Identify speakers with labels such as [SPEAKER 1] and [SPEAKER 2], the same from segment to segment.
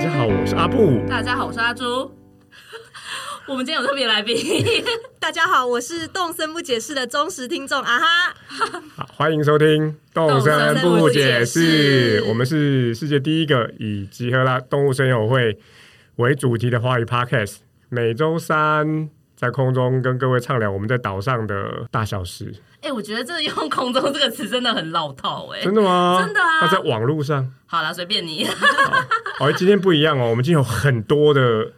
[SPEAKER 1] 布，
[SPEAKER 2] 大家好，我是阿朱。 我们今天有特别来宾，
[SPEAKER 3] 大家好，我是动森不解释的忠实听众啊哈，
[SPEAKER 1] 好欢迎收听《动
[SPEAKER 2] 森
[SPEAKER 1] 身
[SPEAKER 2] 不
[SPEAKER 1] 不
[SPEAKER 2] 解
[SPEAKER 1] 解
[SPEAKER 2] 释
[SPEAKER 1] 释》，我们是世界第一个以集合啦动物声友会为主题的华语 podcast，每周三在空中跟各位畅聊我们在岛上的大小事。
[SPEAKER 2] 哎、我觉得这用“空中”这个词真的很老套哎、
[SPEAKER 1] 真的吗？
[SPEAKER 2] 真的啊
[SPEAKER 1] 那在网络上，
[SPEAKER 2] 好啦，随便你。
[SPEAKER 1] 哦，今天不一样哦，我们今天有很多的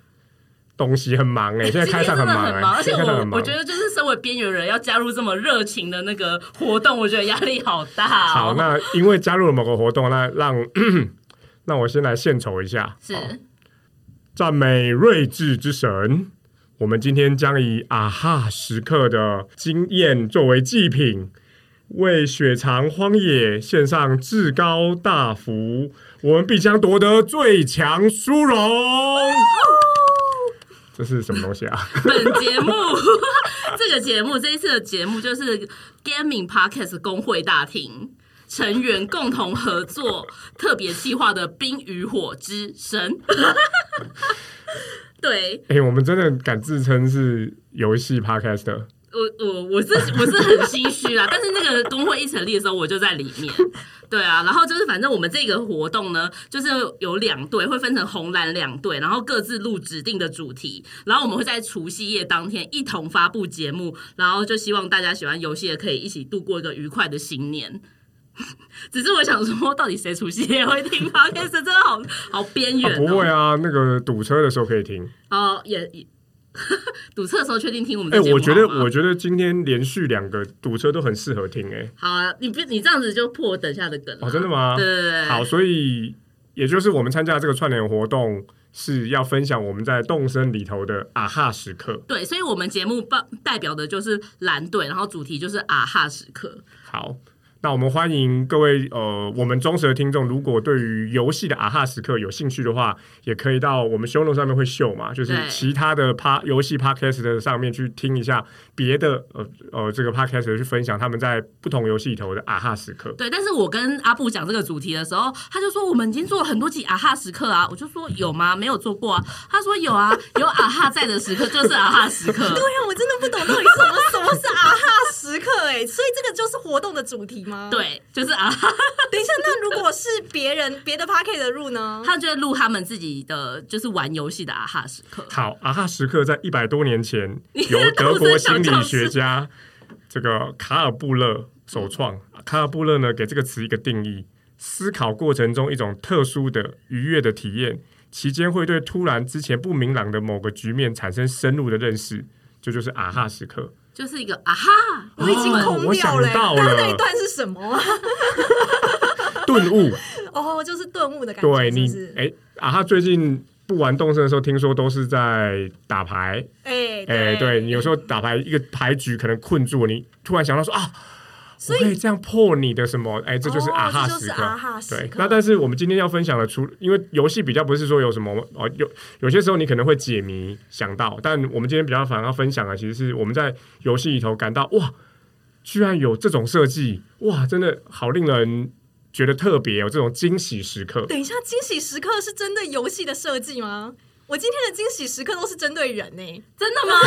[SPEAKER 1] 东西，很忙 哎，现在
[SPEAKER 2] 今
[SPEAKER 1] 开
[SPEAKER 2] 天
[SPEAKER 1] 场
[SPEAKER 2] 真的
[SPEAKER 1] 忙
[SPEAKER 2] 很忙，
[SPEAKER 1] 哎，
[SPEAKER 2] 而且
[SPEAKER 1] 现在开场
[SPEAKER 2] 我
[SPEAKER 1] 很忙
[SPEAKER 2] 我觉得就是身为边缘人，要加入这么热情的那个活动，我觉得压力好大、哦。
[SPEAKER 1] 好，那因为加入了某个活动，那让 让我先来献丑一下，
[SPEAKER 2] 是
[SPEAKER 1] 好赞美睿智之神。我们今天将以啊哈时刻的经验作为祭品，为雪藏荒野献上至高大福，我们必将夺得最强殊荣。
[SPEAKER 2] 哦
[SPEAKER 1] 这是什么东西啊？
[SPEAKER 2] 本节目 这个节目这一次的节目就是 Gaming Podcast 工会大厅成员共同合作特别计划的《冰与火之神》。 对
[SPEAKER 1] 哎、我们真的敢自称是游戏 podcast，
[SPEAKER 2] 我我我是我是很唏嘘啦，但是那个工会一成立的时候我就在里面。对啊，然后就是反正我们这个活动呢，就是有两队会分成红蓝两队，然后各自录指定的主题，然后我们会在除夕夜当天一同发布节目，然后就希望大家喜欢游戏的可以一起度过一个愉快的新年。 只是我想说，到底谁除夕夜会听 podcast？真的好好边
[SPEAKER 1] 啊
[SPEAKER 2] 缘、
[SPEAKER 1] 不
[SPEAKER 2] 哦
[SPEAKER 1] 会啊，那个堵车的时候可以听。
[SPEAKER 2] 哦，也也 堵车的时候确定听我们
[SPEAKER 1] 哎、
[SPEAKER 2] 的节目
[SPEAKER 1] 我
[SPEAKER 2] 好吗。
[SPEAKER 1] 觉得我觉得今天连续两个堵车都很适合听、哎，
[SPEAKER 2] 好啊，你不你这样子就破我等下的梗了。
[SPEAKER 1] 哦，真的吗？
[SPEAKER 2] 对对对对，
[SPEAKER 1] 好，所以也就是我们参加这个串联活动是要分享我们在动森里头的啊哈时刻。
[SPEAKER 2] 对，所以我们节目代代表的就是蓝队，然后主题就是啊哈时刻。
[SPEAKER 1] 好，那我们欢迎各位呃，我们忠实的听众，如果对于游戏的啊哈时刻有兴趣的话，也可以到我们 show note 上面会秀嘛，就是
[SPEAKER 2] 对
[SPEAKER 1] 其他的趴游戏 podcast 的上面去听一下别的呃呃这个 podcast 的去分享他们在不同游戏里头的啊哈时刻。
[SPEAKER 2] 对，但是我跟阿布讲这个主题的时候，他就说我们已经做了很多集啊哈时刻啊，我就说有吗？没有做过啊。他说有啊，有啊哈在的时刻就是啊哈时刻
[SPEAKER 3] 对。呀，我真的不懂到底什么什么是啊哈时刻哎、所以这个就是活动的主题吗？，
[SPEAKER 2] 对，就是啊哈，
[SPEAKER 3] 等一下，那如果是别人别的 p a r k e t 的入
[SPEAKER 1] 啊
[SPEAKER 3] 呢？
[SPEAKER 2] 他就会录他们自己的，就是玩游戏的啊哈时刻。
[SPEAKER 1] 好，阿哈时刻在一百多年前
[SPEAKER 2] 你
[SPEAKER 1] 由
[SPEAKER 2] 是
[SPEAKER 1] 德国心
[SPEAKER 2] 动森小教
[SPEAKER 1] 理
[SPEAKER 2] 室
[SPEAKER 1] 学家这个卡尔布勒首创。
[SPEAKER 2] 嗯
[SPEAKER 1] 卡尔布勒呢，给这个词一个定义：思考过程中一种特殊的愉悦的体验，期间会对突然之前不明朗的某个局面产生深入的认识。这就是啊哈时刻。
[SPEAKER 2] 就是一个啊哈，
[SPEAKER 3] 我已经
[SPEAKER 1] 哦
[SPEAKER 3] 空
[SPEAKER 1] 我
[SPEAKER 3] 掉
[SPEAKER 1] 想
[SPEAKER 3] 了、欸，
[SPEAKER 1] 到
[SPEAKER 3] 刚
[SPEAKER 1] 了
[SPEAKER 3] 刚那一段是什么 啊？
[SPEAKER 1] 顿 悟。
[SPEAKER 3] 哦，就是顿悟的感觉，
[SPEAKER 1] 对
[SPEAKER 3] 是不
[SPEAKER 1] 你
[SPEAKER 3] 是，？
[SPEAKER 1] 哎，啊哈最近。不玩动身的时候，听说都是在打牌，
[SPEAKER 3] 哎
[SPEAKER 1] 哎、对你有时候打牌一个牌局可能困住你，突然想到说啊，
[SPEAKER 3] 所
[SPEAKER 1] 我可
[SPEAKER 3] 以
[SPEAKER 1] 以这样破你的什么？哎，这就是
[SPEAKER 3] 哦
[SPEAKER 1] 啊哈
[SPEAKER 3] 这就是
[SPEAKER 1] 时刻。
[SPEAKER 3] 啊哈时刻
[SPEAKER 1] 对，那但是我们今天要分享的除，因为游戏比较不是说有什么哦，有有些时候你可能会解谜想到，但我们今天比较反而要分享的，其实是我们在游戏里头感到哇，居然有这种设计，哇，真的好令人觉得特别，有哦这种惊喜时刻。
[SPEAKER 3] 等一下，惊喜时刻是针对游戏的设计吗？我今天的惊喜时刻都是针对人呢、
[SPEAKER 2] 真 的吗？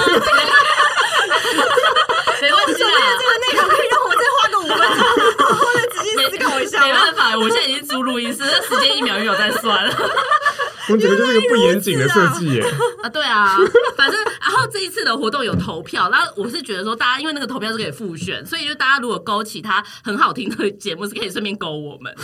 [SPEAKER 2] 没关系啊啦，
[SPEAKER 3] 这个内容可以让我再花个五分钟，好 好的仔细思考一下啊
[SPEAKER 2] 没
[SPEAKER 3] 吗？
[SPEAKER 2] 办法，我现在已经租录音室，那时间一秒一秒在算了。
[SPEAKER 1] 我们整个就是一个不严谨的设计耶。
[SPEAKER 2] 啊，对啊，反正然后这一次的活动有投票，然后我是觉得说，大家因为那个投票是可以复选，所以就大家如果勾起他很好听的节目，是可以顺便勾我们，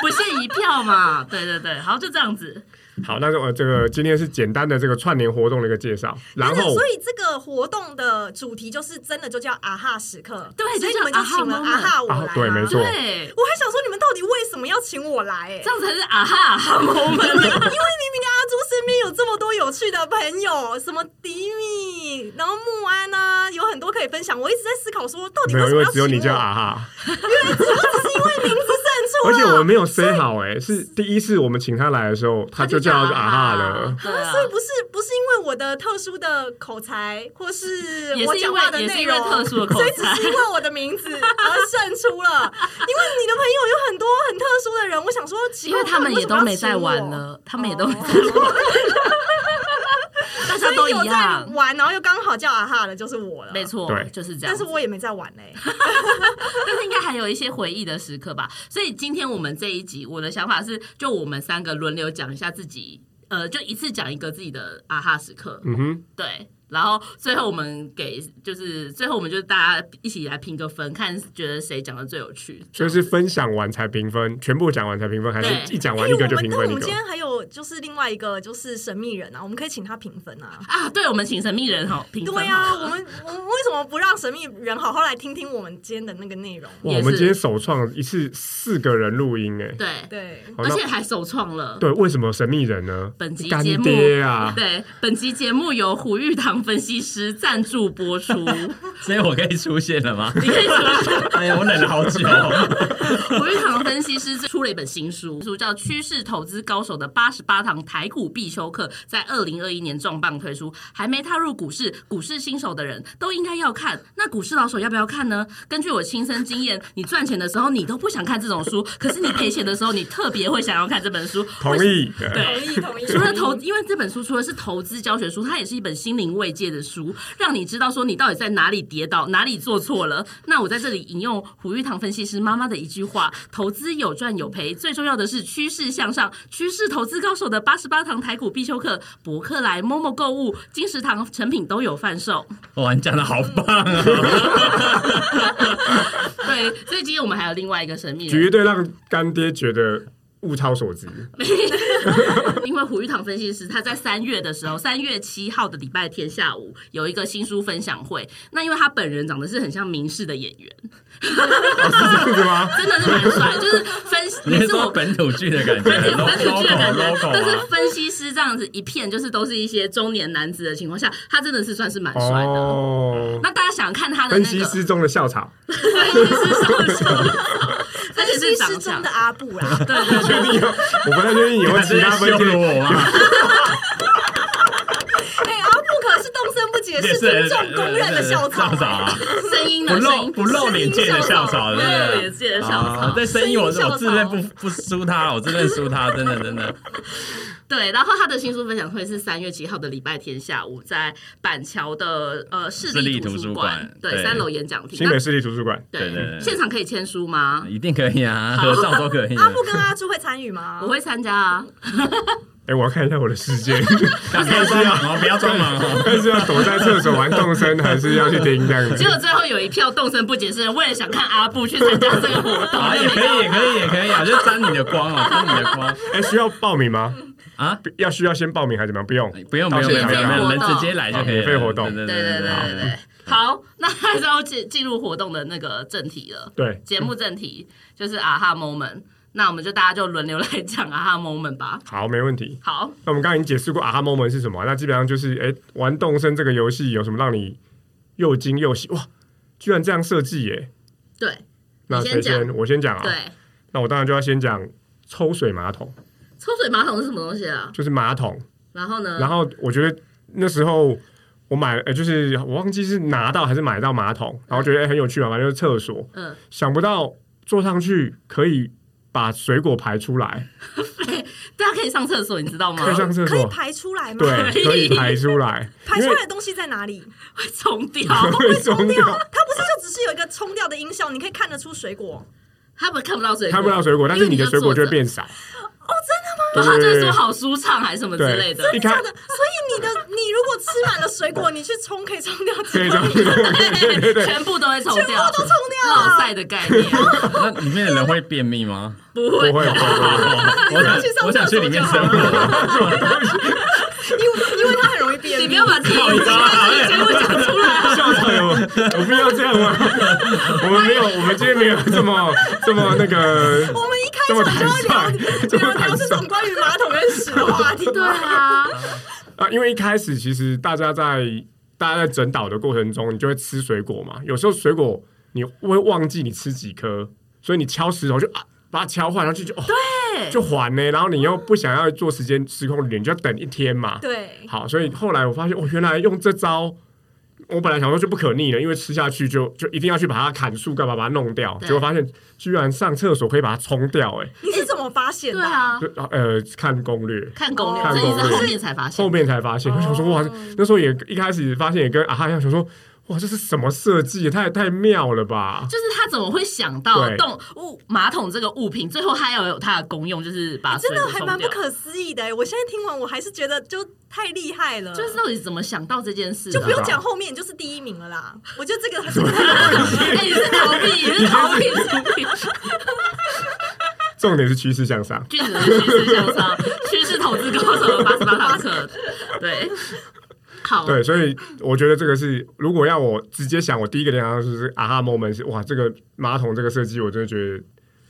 [SPEAKER 2] 不限一票嘛。对对对，好，就这样子。
[SPEAKER 1] 好，那我这个今天是简单的这个串联活动的一个介绍，然
[SPEAKER 3] 真的
[SPEAKER 1] 后
[SPEAKER 3] 所以这个活动的主题就是真的就叫啊哈时刻，
[SPEAKER 2] 对
[SPEAKER 3] 所以
[SPEAKER 2] 就
[SPEAKER 3] 你
[SPEAKER 2] 叫
[SPEAKER 3] 们就请了
[SPEAKER 2] 啊哈 moment
[SPEAKER 3] 啊哈我来吗、
[SPEAKER 1] 啊对没错
[SPEAKER 2] 对，
[SPEAKER 3] 我还想说，你们到底为什么要请我来、哎，
[SPEAKER 2] 这样才是啊哈啊哈 moment
[SPEAKER 3] 因为明明阿朱身边有这么多有趣的朋友，什么迪米，然后木安啊，有很多可以分享。我一直在思考说，到底
[SPEAKER 1] 没
[SPEAKER 3] 为
[SPEAKER 1] 有，
[SPEAKER 3] 什
[SPEAKER 1] 因
[SPEAKER 3] 么
[SPEAKER 1] 为
[SPEAKER 3] 要
[SPEAKER 1] 只有你
[SPEAKER 3] 请
[SPEAKER 1] 叫
[SPEAKER 3] 我？
[SPEAKER 1] 啊哈。
[SPEAKER 3] 只是因为名字胜出，住
[SPEAKER 1] 而
[SPEAKER 3] 了，
[SPEAKER 1] 且我们没有 say 好、欸，哎，是第一次我们请他来的时候，他就叫
[SPEAKER 2] 他
[SPEAKER 1] 啊哈了。
[SPEAKER 2] 对啊
[SPEAKER 3] 所以不是不是因为我的特殊的口才，或是
[SPEAKER 2] 也
[SPEAKER 3] 我
[SPEAKER 2] 是因
[SPEAKER 3] 讲
[SPEAKER 2] 为
[SPEAKER 3] 话的
[SPEAKER 2] 也是
[SPEAKER 3] 内
[SPEAKER 2] 因为
[SPEAKER 3] 容，
[SPEAKER 2] 特殊的口
[SPEAKER 3] 所以只
[SPEAKER 2] 才
[SPEAKER 3] 是因为我的名字而胜出了。因为你的朋友有很多很特殊的人，我想说奇
[SPEAKER 4] 因
[SPEAKER 3] 怪，
[SPEAKER 4] 为他们
[SPEAKER 3] 为
[SPEAKER 4] 也
[SPEAKER 3] 什
[SPEAKER 4] 都
[SPEAKER 3] 么要
[SPEAKER 4] 没在
[SPEAKER 3] 请
[SPEAKER 4] 玩
[SPEAKER 3] 我，
[SPEAKER 4] 了，他们也都没在
[SPEAKER 3] 哦
[SPEAKER 4] 玩，
[SPEAKER 2] 哦
[SPEAKER 4] 大家都
[SPEAKER 3] 所以有
[SPEAKER 4] 一
[SPEAKER 3] 在
[SPEAKER 4] 样，
[SPEAKER 3] 玩，然后又刚好叫啊哈的，就是我了，
[SPEAKER 4] 没。错
[SPEAKER 1] 对，
[SPEAKER 4] 就是这样
[SPEAKER 3] 但。是我也没在玩 嘞、
[SPEAKER 2] 但是应该还有一些回忆的时刻吧。所以今天我们这一集，我的想法是，就我们三个轮流讲一下自己，呃，就一次讲一个自己的啊哈时刻，
[SPEAKER 1] 嗯哼，
[SPEAKER 2] 对。然后最后我们给就是最后我们就大家一起来评个分，看觉得谁讲的最有趣。
[SPEAKER 1] 所以是分享完才评分，全部讲完才评分，还是
[SPEAKER 2] 对
[SPEAKER 1] 一讲
[SPEAKER 3] 因
[SPEAKER 1] 完
[SPEAKER 3] 为
[SPEAKER 1] 一
[SPEAKER 3] 我
[SPEAKER 1] 个就
[SPEAKER 3] 们
[SPEAKER 1] 评
[SPEAKER 3] 但我
[SPEAKER 1] 分一
[SPEAKER 3] 们
[SPEAKER 1] 个
[SPEAKER 3] 今？天还有就是另外一个就是神秘人啊，我们可以请他评分啊。
[SPEAKER 2] 啊，对，我们请神秘人好评分好
[SPEAKER 3] 对
[SPEAKER 2] 了。
[SPEAKER 3] 啊，我们我们为什么不让神秘人好好来听听我们今天的那个内容？
[SPEAKER 1] 哇，
[SPEAKER 2] 也
[SPEAKER 1] 我们
[SPEAKER 2] 是
[SPEAKER 1] 今天首创一次四个人录音、欸，哎，
[SPEAKER 2] 对，
[SPEAKER 3] 对，
[SPEAKER 1] 好
[SPEAKER 2] 而
[SPEAKER 1] 那
[SPEAKER 2] 且还首创了。
[SPEAKER 1] 对，为什么神秘人呢？
[SPEAKER 2] 本集
[SPEAKER 1] 干
[SPEAKER 2] 节目
[SPEAKER 1] 爹啊，
[SPEAKER 2] 对，本期节目由虎玉堂分析师赞助播出。
[SPEAKER 5] 所以我可以出现了吗？
[SPEAKER 2] 你可以说
[SPEAKER 5] 哎呀，我忍了好久。
[SPEAKER 2] 胡玉堂分析师出了一本新书，书叫《趋势投资高手的八十八堂台股必修课》，在二零二一年重磅推出。还没踏入股市，股市新手的人都应该要看。那股市老手要不要看呢？根据我亲身经验，你赚钱的时候你都不想看这种书，可是你赔钱的时候你特别会想要看这本书。
[SPEAKER 1] 同意。
[SPEAKER 2] 对
[SPEAKER 3] 同意同意。
[SPEAKER 2] 除了 投，
[SPEAKER 3] 同意
[SPEAKER 2] 因为这本书除了是投资教学书，它也是一本心灵慰藉的书，让你知道说你到底在哪里跌倒，哪里做错了。那我在这里引用胡玉堂分析师妈妈的一句话：投资有赚有赔，最重要的是趋势向上。趋势投资高手的八十八堂台股必修课，博客来、Momo 购物、金石堂成品都有贩售。
[SPEAKER 5] 哇，你讲的好棒啊！
[SPEAKER 2] 对，所以今天我们还有另外一个神秘 人
[SPEAKER 1] 绝，对让干爹觉得物超所值。
[SPEAKER 2] 因为胡玉堂分析师他在三月的时候，三月七号的礼拜天下午有一个新书分享会。那因为他本人长得是很像明视的演员，
[SPEAKER 5] 哦
[SPEAKER 2] 真的是蛮帅，就是分析
[SPEAKER 5] 你
[SPEAKER 2] 每
[SPEAKER 5] 是
[SPEAKER 2] 次
[SPEAKER 5] 说
[SPEAKER 2] 我。
[SPEAKER 5] 本土剧的感觉
[SPEAKER 2] 分析分
[SPEAKER 5] ，local
[SPEAKER 2] 析剧的感觉，但
[SPEAKER 5] local
[SPEAKER 2] 是
[SPEAKER 5] 啊？
[SPEAKER 2] 分析师这样子一片就是都是一些中年男子的情况下，他真的是算是蛮帅的。
[SPEAKER 1] 哦，
[SPEAKER 2] 那大家想看他的
[SPEAKER 1] 分
[SPEAKER 2] 那
[SPEAKER 1] 析
[SPEAKER 2] 个
[SPEAKER 1] 师中的校草，
[SPEAKER 2] 分析师上手，而且
[SPEAKER 3] 分析
[SPEAKER 2] 是
[SPEAKER 3] 师
[SPEAKER 2] 长
[SPEAKER 3] 中
[SPEAKER 2] 相
[SPEAKER 3] 的，阿布啦，
[SPEAKER 2] 对对对，
[SPEAKER 1] 确定要？我不太确定你会其
[SPEAKER 5] 是
[SPEAKER 1] 他
[SPEAKER 5] 在
[SPEAKER 1] 分
[SPEAKER 5] 羞
[SPEAKER 1] 析
[SPEAKER 5] 辱我啊吗？
[SPEAKER 3] 哎、阿布可是动身不解，是听众公认的校草、
[SPEAKER 5] 校草啊，
[SPEAKER 2] 声音
[SPEAKER 5] 不
[SPEAKER 2] 的声
[SPEAKER 5] 露
[SPEAKER 2] 音
[SPEAKER 5] 不露脸见的校草，对
[SPEAKER 2] 对，
[SPEAKER 5] 不
[SPEAKER 2] 也
[SPEAKER 5] 对？
[SPEAKER 2] 记得上
[SPEAKER 5] 啊
[SPEAKER 2] 场，。
[SPEAKER 5] 这声音我
[SPEAKER 3] 声音校草
[SPEAKER 5] 我自认不不输他，我自认输他，真的真的。
[SPEAKER 2] 对，然后他的新书分享会是三月七号的礼拜天下午，在板桥的呃市
[SPEAKER 5] 市
[SPEAKER 2] 立
[SPEAKER 5] 立
[SPEAKER 2] 图
[SPEAKER 5] 图
[SPEAKER 2] 书
[SPEAKER 5] 书
[SPEAKER 2] 馆
[SPEAKER 5] 馆，
[SPEAKER 2] 对，
[SPEAKER 5] 对
[SPEAKER 2] 三楼演讲厅。
[SPEAKER 1] 新北市立图书馆。
[SPEAKER 2] 那
[SPEAKER 5] 对对
[SPEAKER 2] 对，
[SPEAKER 5] 对
[SPEAKER 2] 现场可以签书吗？
[SPEAKER 5] 一定可以啊，合照都可以啊。
[SPEAKER 3] 哎阿布跟阿朱会参与吗？
[SPEAKER 2] 我会参加啊，
[SPEAKER 1] 哎，我要看一下我的世界，
[SPEAKER 5] 不要装忙哦，不要装忙哦。
[SPEAKER 1] 但 是要躲在厕所玩动身，还是要去盯这样
[SPEAKER 2] 结
[SPEAKER 1] 子？
[SPEAKER 2] 果最后有一票动身不解释人，为了想看阿布去参加这个活动，
[SPEAKER 5] 啊，也可以，也可以，也可以啊，就沾你的光哦，沾你的光
[SPEAKER 1] 哎，需要报名吗？
[SPEAKER 5] 啊！
[SPEAKER 1] 不要需要先报名还是怎么样？不用。
[SPEAKER 5] 不用，不用，不用，不用，人直接来就可以了。
[SPEAKER 1] 免费活动
[SPEAKER 5] 对
[SPEAKER 2] 对对对对对。好，那还是要进进入活动的那个正题了。
[SPEAKER 1] 对，
[SPEAKER 2] 节目正题就是啊哈 moment，那我们就大家就轮流来讲啊哈 moment 吧。
[SPEAKER 1] 好，没问题。
[SPEAKER 2] 好，
[SPEAKER 1] 那我们刚才已经解释过啊哈 moment 是什么，那基本上就是哎、玩动身这个游戏有什么让你又惊又喜哇，居然这样设计耶！
[SPEAKER 2] 对
[SPEAKER 1] 那
[SPEAKER 2] 你
[SPEAKER 1] 谁
[SPEAKER 2] 先讲
[SPEAKER 1] 先？我先讲啊。
[SPEAKER 2] 对，
[SPEAKER 1] 那我当然就要先讲抽水马桶，
[SPEAKER 2] 抽水马桶是什么东西啊？
[SPEAKER 1] 就是马桶。
[SPEAKER 2] 然后呢？
[SPEAKER 1] 然后我觉得那时候我买了，呃，就是我忘记是拿到还是买到马桶，然后觉得、哎很有趣嘛，反正就是厕所。
[SPEAKER 2] 嗯，
[SPEAKER 1] 想不到坐上去可以把水果排出来，
[SPEAKER 2] 大家啊可以上厕所，你知道吗
[SPEAKER 1] 可以？上厕
[SPEAKER 3] 可以
[SPEAKER 1] 所，
[SPEAKER 3] 排出来吗？
[SPEAKER 1] 对，
[SPEAKER 2] 可
[SPEAKER 1] 可
[SPEAKER 2] 以
[SPEAKER 1] 以排出来，
[SPEAKER 3] 排
[SPEAKER 1] 因
[SPEAKER 3] 出
[SPEAKER 1] 为
[SPEAKER 3] 来的东西在哪里？
[SPEAKER 2] 会冲 掉，
[SPEAKER 1] 会冲掉，
[SPEAKER 3] 它不是就只是有一个冲掉的音效，你可以看得出水果。
[SPEAKER 2] 他们看不到水果，
[SPEAKER 1] 看不到水果，但是你的水果就会变少。
[SPEAKER 2] 然
[SPEAKER 1] 哦，
[SPEAKER 2] 后他
[SPEAKER 1] 真
[SPEAKER 2] 就会
[SPEAKER 1] 的
[SPEAKER 2] 说
[SPEAKER 1] 吗？
[SPEAKER 2] 好舒畅还是什么之
[SPEAKER 1] 对对
[SPEAKER 2] 类的
[SPEAKER 1] 对，。一开
[SPEAKER 3] 真的，所以你的你如果吃满了水果，你去冲可以冲掉几
[SPEAKER 1] 可以
[SPEAKER 3] 个，
[SPEAKER 1] 这样，
[SPEAKER 2] 全部都会抽
[SPEAKER 3] 全部
[SPEAKER 2] 掉
[SPEAKER 3] 都，冲掉
[SPEAKER 2] 落
[SPEAKER 3] 了。
[SPEAKER 2] 塞的概念
[SPEAKER 5] 那里面的人会便秘吗？
[SPEAKER 2] 不
[SPEAKER 1] 不会不会，
[SPEAKER 2] 会。
[SPEAKER 1] 不会
[SPEAKER 5] 我想，我想去里面生活。
[SPEAKER 3] 因为因为它很容易便秘。
[SPEAKER 2] 你不要把自己
[SPEAKER 5] 靠腰啊
[SPEAKER 2] 节目讲出来啊，
[SPEAKER 1] 校长 有有必要这样吗？ 我们没有，我们今天没有这么这么那个
[SPEAKER 3] 我们 一开场就要聊
[SPEAKER 1] 这
[SPEAKER 3] 聊
[SPEAKER 1] 么坦率这么坦
[SPEAKER 3] 聊
[SPEAKER 1] 率
[SPEAKER 3] 这种关于马桶跟屎的话题，
[SPEAKER 2] 对啊，
[SPEAKER 1] 啊，因为一开始其实大家在大家在整导的过程中，你就会吃水果嘛，有时候水果你会忘记你吃几颗，所以你敲石头就啊把它敲坏，然后就就哦就还呢，然后你又不想要做时间失控的脸，你就要等一天嘛。
[SPEAKER 3] 对，
[SPEAKER 1] 好，所以后来我发现，哦，原来用这招，我本来想说就不可逆了，因为吃下去就就一定要去把它砍树干嘛，把它弄掉，
[SPEAKER 2] 对
[SPEAKER 1] 结果发现居然上厕所可以把它冲掉、欸，
[SPEAKER 3] 你是怎么发现的
[SPEAKER 2] 对
[SPEAKER 3] 啊？
[SPEAKER 2] 啊，
[SPEAKER 1] 就呃看攻略。
[SPEAKER 2] 看攻略，
[SPEAKER 3] 看
[SPEAKER 2] 这也是
[SPEAKER 1] 攻略
[SPEAKER 2] 后面才发现
[SPEAKER 1] 后。面才发现，我想说哇
[SPEAKER 3] 哦，
[SPEAKER 1] 那时候也一开始发现也跟啊哈一样，想说哇，这是什么设计？也太太妙了吧！
[SPEAKER 2] 就是他怎么会想到
[SPEAKER 1] 对
[SPEAKER 2] 动
[SPEAKER 3] 哦
[SPEAKER 2] 物马桶这个物品，最后它要有它的功用，就是把水
[SPEAKER 1] 哎
[SPEAKER 3] 真的
[SPEAKER 2] 给
[SPEAKER 3] 还
[SPEAKER 2] 冲
[SPEAKER 3] 蛮不
[SPEAKER 2] 掉
[SPEAKER 3] 可思议的欸，我现在听完我还是觉得就太厉害了，
[SPEAKER 2] 就是到底怎么想到这件
[SPEAKER 1] 啊
[SPEAKER 2] 事的？
[SPEAKER 3] 就不用讲后面，你就是第一名了 啦。我觉得这个很
[SPEAKER 2] 哎，你是逃避，你是逃 避，
[SPEAKER 1] 重点是趋势向上，
[SPEAKER 2] 君子是趋势向上，趋势投资高手八十八堂课，对，好，
[SPEAKER 1] 对，所以我觉得这个是，如果要我直接想，我第一个联想到就是啊哈 moment 是哇，这个马桶这个设计，我真的觉得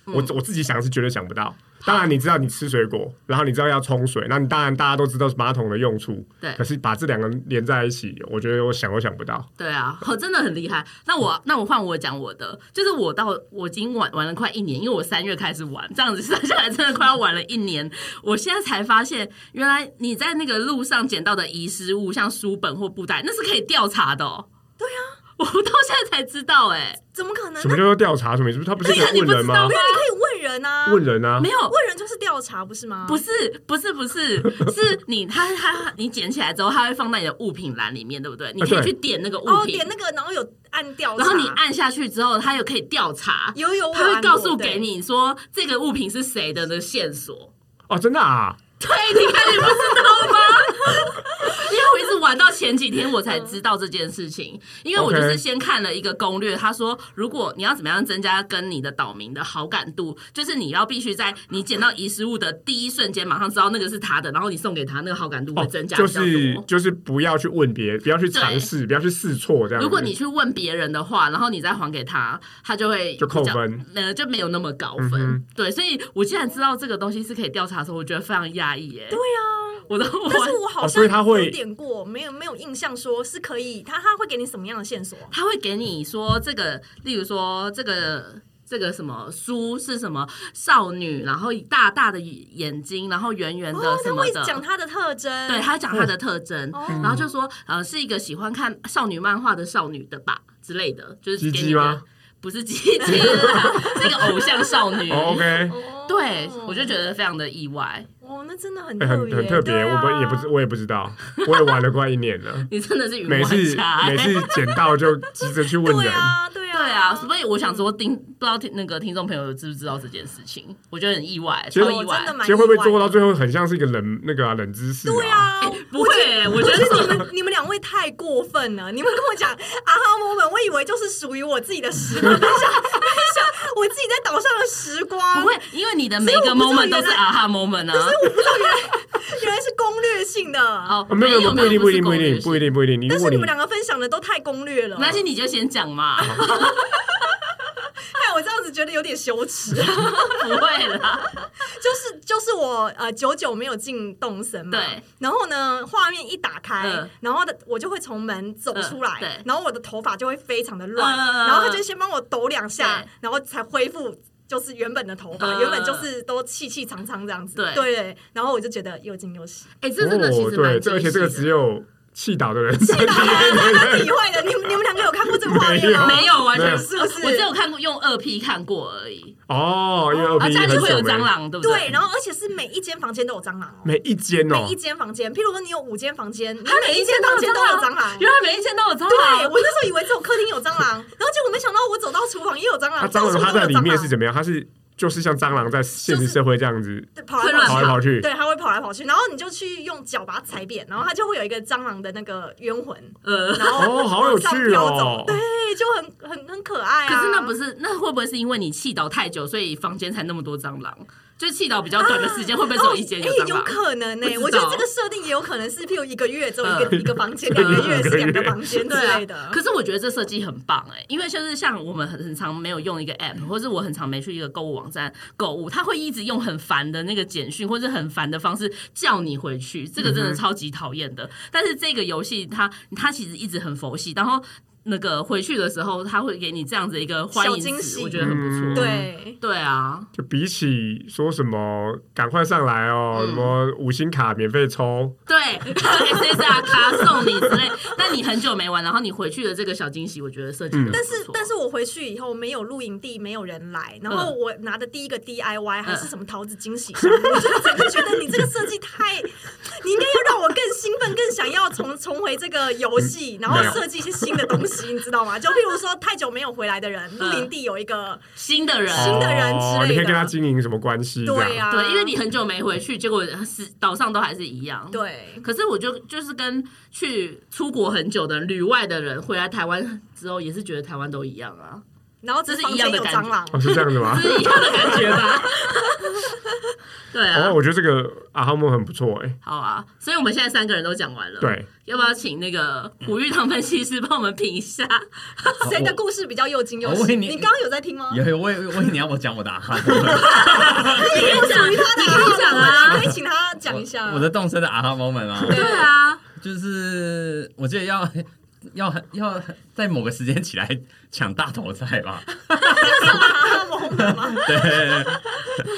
[SPEAKER 1] 我、我自己想是绝对想不到。当然，你知道你吃水果，然后你知道要冲水，那你当然大家都知道马桶的用处，
[SPEAKER 2] 对
[SPEAKER 1] 可是把这两个连在一起，我觉得我想都想不到。
[SPEAKER 2] 对啊，我真的很厉害。那我那我换我讲我的，就是我到我已经玩玩了快一年，因为我三月开始玩，这样子算下来真的快要玩了一年。 我现在才发现，原来你在那个路上捡到的遗失物，像书本或布袋，那是可以调查的、哦。对啊，我到现在才知道、哎，
[SPEAKER 3] 怎么可能？
[SPEAKER 1] 什么
[SPEAKER 3] 那
[SPEAKER 1] 叫做调查？什么意思？他不是
[SPEAKER 2] 对呀
[SPEAKER 1] 可以问人
[SPEAKER 2] 你不
[SPEAKER 1] 吗
[SPEAKER 2] 知？道
[SPEAKER 3] 你可以问人啊，
[SPEAKER 1] 问人啊，
[SPEAKER 2] 没有。
[SPEAKER 3] 问人就是调查，不是吗？
[SPEAKER 2] 不是不是不是，是你它它你捡起来之后，它会放在你的物品栏里面，对不对？你可以
[SPEAKER 1] 对
[SPEAKER 2] 去点那个物
[SPEAKER 3] 哦，
[SPEAKER 2] 品，
[SPEAKER 3] 点那个，然后有按调查，
[SPEAKER 2] 然后你按下去之后，它又可以调查，
[SPEAKER 3] 有有，
[SPEAKER 2] 他会告诉
[SPEAKER 3] 对
[SPEAKER 2] 给。你说这个物品是谁的的线索。
[SPEAKER 1] 哦，真的啊，
[SPEAKER 2] 对，你看你不知道吗？因为我一直玩到前几天，我才知道这件事情。因为我就是
[SPEAKER 1] OK
[SPEAKER 2] 先看了一个攻略，他说如果你要怎么样增加跟你的岛民的好感度，就是你要必须在你捡到遗失物的第一瞬间，马上知道那个是他的，然后你送给他，那个好感度会
[SPEAKER 1] 哦，
[SPEAKER 2] 增加比
[SPEAKER 1] 就
[SPEAKER 2] 较多。
[SPEAKER 1] 是就是不要去问别，不要去尝试，不要去试错这样子。
[SPEAKER 2] 如果你去问别人的话，然后你再还给他，他就会
[SPEAKER 1] 就扣
[SPEAKER 2] 比较
[SPEAKER 1] 分，
[SPEAKER 2] 呃，就没有那么高
[SPEAKER 1] 嗯
[SPEAKER 2] 分。
[SPEAKER 1] 哼
[SPEAKER 2] 对，所以我竟然知道这个东西是可以调查的时候，我觉得非常压抑耶。
[SPEAKER 3] 对啊，
[SPEAKER 2] 我都我
[SPEAKER 3] 但是我好
[SPEAKER 1] 哦所
[SPEAKER 3] 像
[SPEAKER 1] 以他会
[SPEAKER 3] 有点过，没有没有印象说是可以，他他会给你什么样的线索啊？
[SPEAKER 2] 他会给你说这个，例如说这个。这个什么书是什么少女，然后大大的眼睛，然后圆圆的
[SPEAKER 3] 哦，
[SPEAKER 2] 什
[SPEAKER 3] 他
[SPEAKER 2] 么
[SPEAKER 3] 会
[SPEAKER 2] 的，
[SPEAKER 3] 讲他的特征，
[SPEAKER 2] 对他讲她的特征，
[SPEAKER 3] 哦
[SPEAKER 2] 然后就说呃是一个喜欢看少女漫画的少女的吧之类的，就是
[SPEAKER 1] 鸡
[SPEAKER 2] 给
[SPEAKER 1] 鸡
[SPEAKER 2] 你的
[SPEAKER 1] 吗
[SPEAKER 2] 不是鸡鸡啦，是一个偶像少女。
[SPEAKER 1] 哦 OK，
[SPEAKER 3] 哦
[SPEAKER 2] 对，我就觉得非常的意外。
[SPEAKER 3] 哦，那真的很
[SPEAKER 1] 哎
[SPEAKER 3] 特
[SPEAKER 1] 很
[SPEAKER 3] 别，
[SPEAKER 1] 很特别，
[SPEAKER 3] 对啊
[SPEAKER 1] 我们也不知我也不知道，我也玩了快一年
[SPEAKER 2] ，
[SPEAKER 1] 了
[SPEAKER 2] 你真的是云
[SPEAKER 1] 每次
[SPEAKER 2] 玩家、
[SPEAKER 1] 每次捡到就急着去问
[SPEAKER 3] 对
[SPEAKER 1] 人。
[SPEAKER 3] 啊，对啊，
[SPEAKER 2] 对啊，所以我想说，听不知道听那个听众朋友知不知道这件事情，我觉得很意外，
[SPEAKER 1] 其实
[SPEAKER 2] 超
[SPEAKER 3] 我
[SPEAKER 2] 意
[SPEAKER 3] 哦真
[SPEAKER 2] 外
[SPEAKER 3] 的。蛮
[SPEAKER 1] 其实会不会做到
[SPEAKER 3] 意外的
[SPEAKER 1] 最后很像是一个冷那个啊冷知识？
[SPEAKER 3] 对，啊，
[SPEAKER 2] 不会欸、我觉
[SPEAKER 3] 我
[SPEAKER 2] 得
[SPEAKER 3] 觉得
[SPEAKER 2] 这
[SPEAKER 3] 你们你们两位太过分了！你们跟我讲啊哈 moment，我以为就是属于我自己的 时光，分享分享我自己在岛上的时光。
[SPEAKER 2] 不会，因为你的每一
[SPEAKER 3] 所以
[SPEAKER 2] 个
[SPEAKER 3] 我不知道
[SPEAKER 2] moment
[SPEAKER 3] 原来
[SPEAKER 2] 都是啊哈 moment 啊。
[SPEAKER 3] 原来是攻略性的
[SPEAKER 2] 哦，
[SPEAKER 1] 啊没有没有不一定不一定不一定不一
[SPEAKER 2] 定。
[SPEAKER 1] 定不一定。你
[SPEAKER 3] 但
[SPEAKER 1] 如
[SPEAKER 3] 是
[SPEAKER 1] 果
[SPEAKER 3] 你
[SPEAKER 1] 你
[SPEAKER 3] 们两个分享的都太攻略了，
[SPEAKER 2] 那些你就先讲 嘛，
[SPEAKER 3] 害我这样子觉得有点羞耻。
[SPEAKER 2] 不会啦。
[SPEAKER 3] 就是就是我呃久久没有进动森嘛，
[SPEAKER 2] 对。
[SPEAKER 3] 然后呢，画面一打开，
[SPEAKER 2] 嗯
[SPEAKER 3] 然后的我就会从门走出来，
[SPEAKER 2] 嗯对
[SPEAKER 3] 然后我的头发就会非常的乱，
[SPEAKER 2] 嗯嗯嗯
[SPEAKER 3] 然后他就先帮我抖两下
[SPEAKER 2] 对，
[SPEAKER 3] 然后才恢复。就是原本的头发，
[SPEAKER 2] 嗯
[SPEAKER 3] 原本就是都气气长长这样子，
[SPEAKER 2] 对
[SPEAKER 3] 对。然后我就觉得又惊 又喜，
[SPEAKER 2] 哎、这真的其
[SPEAKER 1] 哦
[SPEAKER 2] 实
[SPEAKER 1] 对
[SPEAKER 2] 蛮，
[SPEAKER 1] 这而且这个只
[SPEAKER 2] 有
[SPEAKER 1] 有气倒的人才
[SPEAKER 3] 气到他他 体会的。你们你们两个有看过这个画面吗？
[SPEAKER 2] 没有完
[SPEAKER 1] 没
[SPEAKER 2] 全
[SPEAKER 1] 有
[SPEAKER 2] 是，
[SPEAKER 3] 是不是？
[SPEAKER 2] 我只有看过用二 P 看过而已，
[SPEAKER 1] 哦，因为二
[SPEAKER 2] 啊，
[SPEAKER 1] B
[SPEAKER 2] 家里
[SPEAKER 1] 很
[SPEAKER 2] 会有
[SPEAKER 1] 久
[SPEAKER 2] 蟑
[SPEAKER 1] 没
[SPEAKER 2] 螂，对不
[SPEAKER 3] 对，
[SPEAKER 2] 对？
[SPEAKER 3] 然后而且是每一间房间都有蟑螂哦，
[SPEAKER 1] 每一间哦
[SPEAKER 3] 每一，间房间，譬如说你有五间房间，你
[SPEAKER 2] 它
[SPEAKER 3] 每一间房间都有蟑螂，
[SPEAKER 2] 原来每一间都有蟑啊
[SPEAKER 3] 对，
[SPEAKER 2] 螂。
[SPEAKER 3] 我那时候以为只有客厅有蟑螂，然后结果没想到我走到厨房也有蟑
[SPEAKER 1] 它
[SPEAKER 3] 螂，
[SPEAKER 1] 蟑
[SPEAKER 3] 到
[SPEAKER 1] 螂
[SPEAKER 3] 处
[SPEAKER 1] 它
[SPEAKER 3] 都
[SPEAKER 1] 在
[SPEAKER 3] 有
[SPEAKER 1] 里
[SPEAKER 3] 蟑
[SPEAKER 1] 面
[SPEAKER 3] 螂，
[SPEAKER 1] 是怎么样？它是就是像蟑螂在现实社会这样子
[SPEAKER 3] 对跑来
[SPEAKER 2] 会乱
[SPEAKER 1] 跑来跑去。
[SPEAKER 3] 对，它会跑来跑去，然后你就去用脚把它踩扁，然后它就会有一个蟑螂的那个冤魂，
[SPEAKER 2] 呃，
[SPEAKER 3] 然后
[SPEAKER 1] 哦好有
[SPEAKER 3] 往上
[SPEAKER 1] 趣
[SPEAKER 3] 飘
[SPEAKER 1] 哦
[SPEAKER 3] 走对，就很很很可爱啊。
[SPEAKER 2] 可是那不是，那会不会是因为你气倒太久，所以房间才那么多蟑螂？就气倒比较短的时间，会不会只有一间
[SPEAKER 3] 哎
[SPEAKER 2] 啊哦有蟑
[SPEAKER 3] 有
[SPEAKER 2] 螂？
[SPEAKER 3] 可能呢、欸
[SPEAKER 2] 不知道
[SPEAKER 3] 我觉得这个设定也有可能是，譬如一个月只有 一个、
[SPEAKER 2] 嗯
[SPEAKER 3] 一个房间，两个月是两个房间之
[SPEAKER 2] 对啊
[SPEAKER 3] 类的。
[SPEAKER 2] 可是我觉得这设计很棒哎、因为就是像我们很很常没有用一个 app，或是我很常没去一个购物网站购物，他会一直用很烦的那个简讯或是很烦的方式叫你回去，这个真的超级讨厌的。但是这个游戏它它其实一直很佛系，然后。那个回去的时候，他会给你这样子一个欢
[SPEAKER 3] 小
[SPEAKER 2] 迎
[SPEAKER 3] 惊
[SPEAKER 2] 词
[SPEAKER 3] 喜
[SPEAKER 2] 我觉得很不错。
[SPEAKER 1] 嗯
[SPEAKER 3] 对，
[SPEAKER 2] 对啊，
[SPEAKER 1] 就比起说什么赶快上来
[SPEAKER 3] 嗯
[SPEAKER 1] 哦，什么五星卡免费抽，
[SPEAKER 2] 对 SSR 卡送你之类，但你很久没玩，然后你回去的这个小惊喜，我觉得设计
[SPEAKER 1] 嗯
[SPEAKER 2] 的、
[SPEAKER 3] 但是但是我回去以后没有露营地，没有人来，然
[SPEAKER 5] 嗯
[SPEAKER 3] 后我拿的第一个 DIY 还是什么桃子惊喜箱，我就整个觉得你这个设计太，你应该要让我更兴奋，更想要重重回这个游
[SPEAKER 5] 嗯
[SPEAKER 3] 戏，然后设计一些新的东西，你知道吗？就譬如说太久没有回来的人，露营地
[SPEAKER 5] 嗯
[SPEAKER 3] 有一个，
[SPEAKER 2] 新的人。
[SPEAKER 3] 新的人之类
[SPEAKER 1] 哦
[SPEAKER 3] 的
[SPEAKER 1] 你可以跟他经营什么关系？啊这
[SPEAKER 3] 对啊
[SPEAKER 1] 样
[SPEAKER 3] 呀、
[SPEAKER 2] 对，因为你很久没回去，结果是岛上都还是一样。。
[SPEAKER 3] 对。
[SPEAKER 2] 可是我就就是跟去出国很久的旅外的人回来台湾之后，也是觉得台湾都一样啊，
[SPEAKER 3] 然后只
[SPEAKER 2] 这是
[SPEAKER 3] 房
[SPEAKER 2] 一样的
[SPEAKER 3] 间有
[SPEAKER 2] 感觉
[SPEAKER 3] 蟑螂，
[SPEAKER 1] 哦，是这样子吗？
[SPEAKER 2] 是一样的感觉吧？对
[SPEAKER 1] 哦，
[SPEAKER 2] 啊，
[SPEAKER 1] 我觉得这个阿哈姆很不错
[SPEAKER 3] 嗯
[SPEAKER 1] 哎、
[SPEAKER 2] 好啊，所以我们现在三个人都讲完了，，
[SPEAKER 1] 对，
[SPEAKER 2] 要不要请那个胡玉堂分析师帮我们评一下？
[SPEAKER 3] 谁的故事比较又惊又
[SPEAKER 5] 哦我
[SPEAKER 3] 喜？
[SPEAKER 5] 为你
[SPEAKER 3] 你刚刚有在听吗？
[SPEAKER 5] 有有，我以我以为你要我讲我的阿哈，
[SPEAKER 2] 你可以讲，你
[SPEAKER 3] 他
[SPEAKER 2] 可以讲
[SPEAKER 3] 啊，
[SPEAKER 2] 啊
[SPEAKER 3] 可，以请他讲一下
[SPEAKER 5] 我的动身的阿哈 moment 啊，
[SPEAKER 2] 对 啊，
[SPEAKER 5] 就是我记得要要要在某个时间起来抢大头菜吧，对
[SPEAKER 2] 啊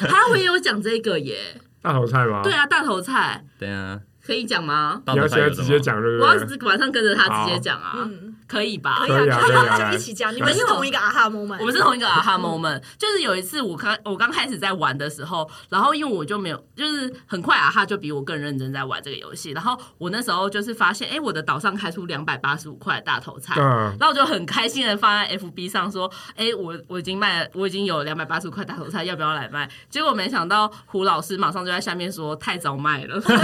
[SPEAKER 2] 他我也有讲这个耶，
[SPEAKER 1] 大头菜吗？
[SPEAKER 2] 对啊，大头菜
[SPEAKER 5] 对啊，
[SPEAKER 2] 可以讲吗？
[SPEAKER 5] 大
[SPEAKER 1] 你
[SPEAKER 5] 头
[SPEAKER 1] 要
[SPEAKER 5] 菜
[SPEAKER 1] 现
[SPEAKER 5] 有
[SPEAKER 1] 在直
[SPEAKER 5] 什么
[SPEAKER 1] 接，讲对
[SPEAKER 2] 我要
[SPEAKER 1] 不对？
[SPEAKER 2] 是晚上跟着他直接讲啊，
[SPEAKER 3] 嗯，
[SPEAKER 2] 可以吧？
[SPEAKER 1] 呃可以啊可以啊来
[SPEAKER 3] 就一起讲。你们是
[SPEAKER 2] 没有
[SPEAKER 3] 同一个啊哈 moment，
[SPEAKER 2] 我们是同一个啊哈 moment，就是有一次我刚我刚开始在玩的时候，然后因为我就没有，就是很快啊哈就比我更认真在玩这个游戏，然后我那时候就是发现，哎、我的岛上开出两百八十五块的大头菜。
[SPEAKER 1] 嗯，
[SPEAKER 2] 然后我就很开心的放在 FB 上说，哎、我我已经卖了，我已经有两百八十块大头菜，要不要来卖？结果没想到胡老师马上就在下面说太早卖了，
[SPEAKER 5] 没关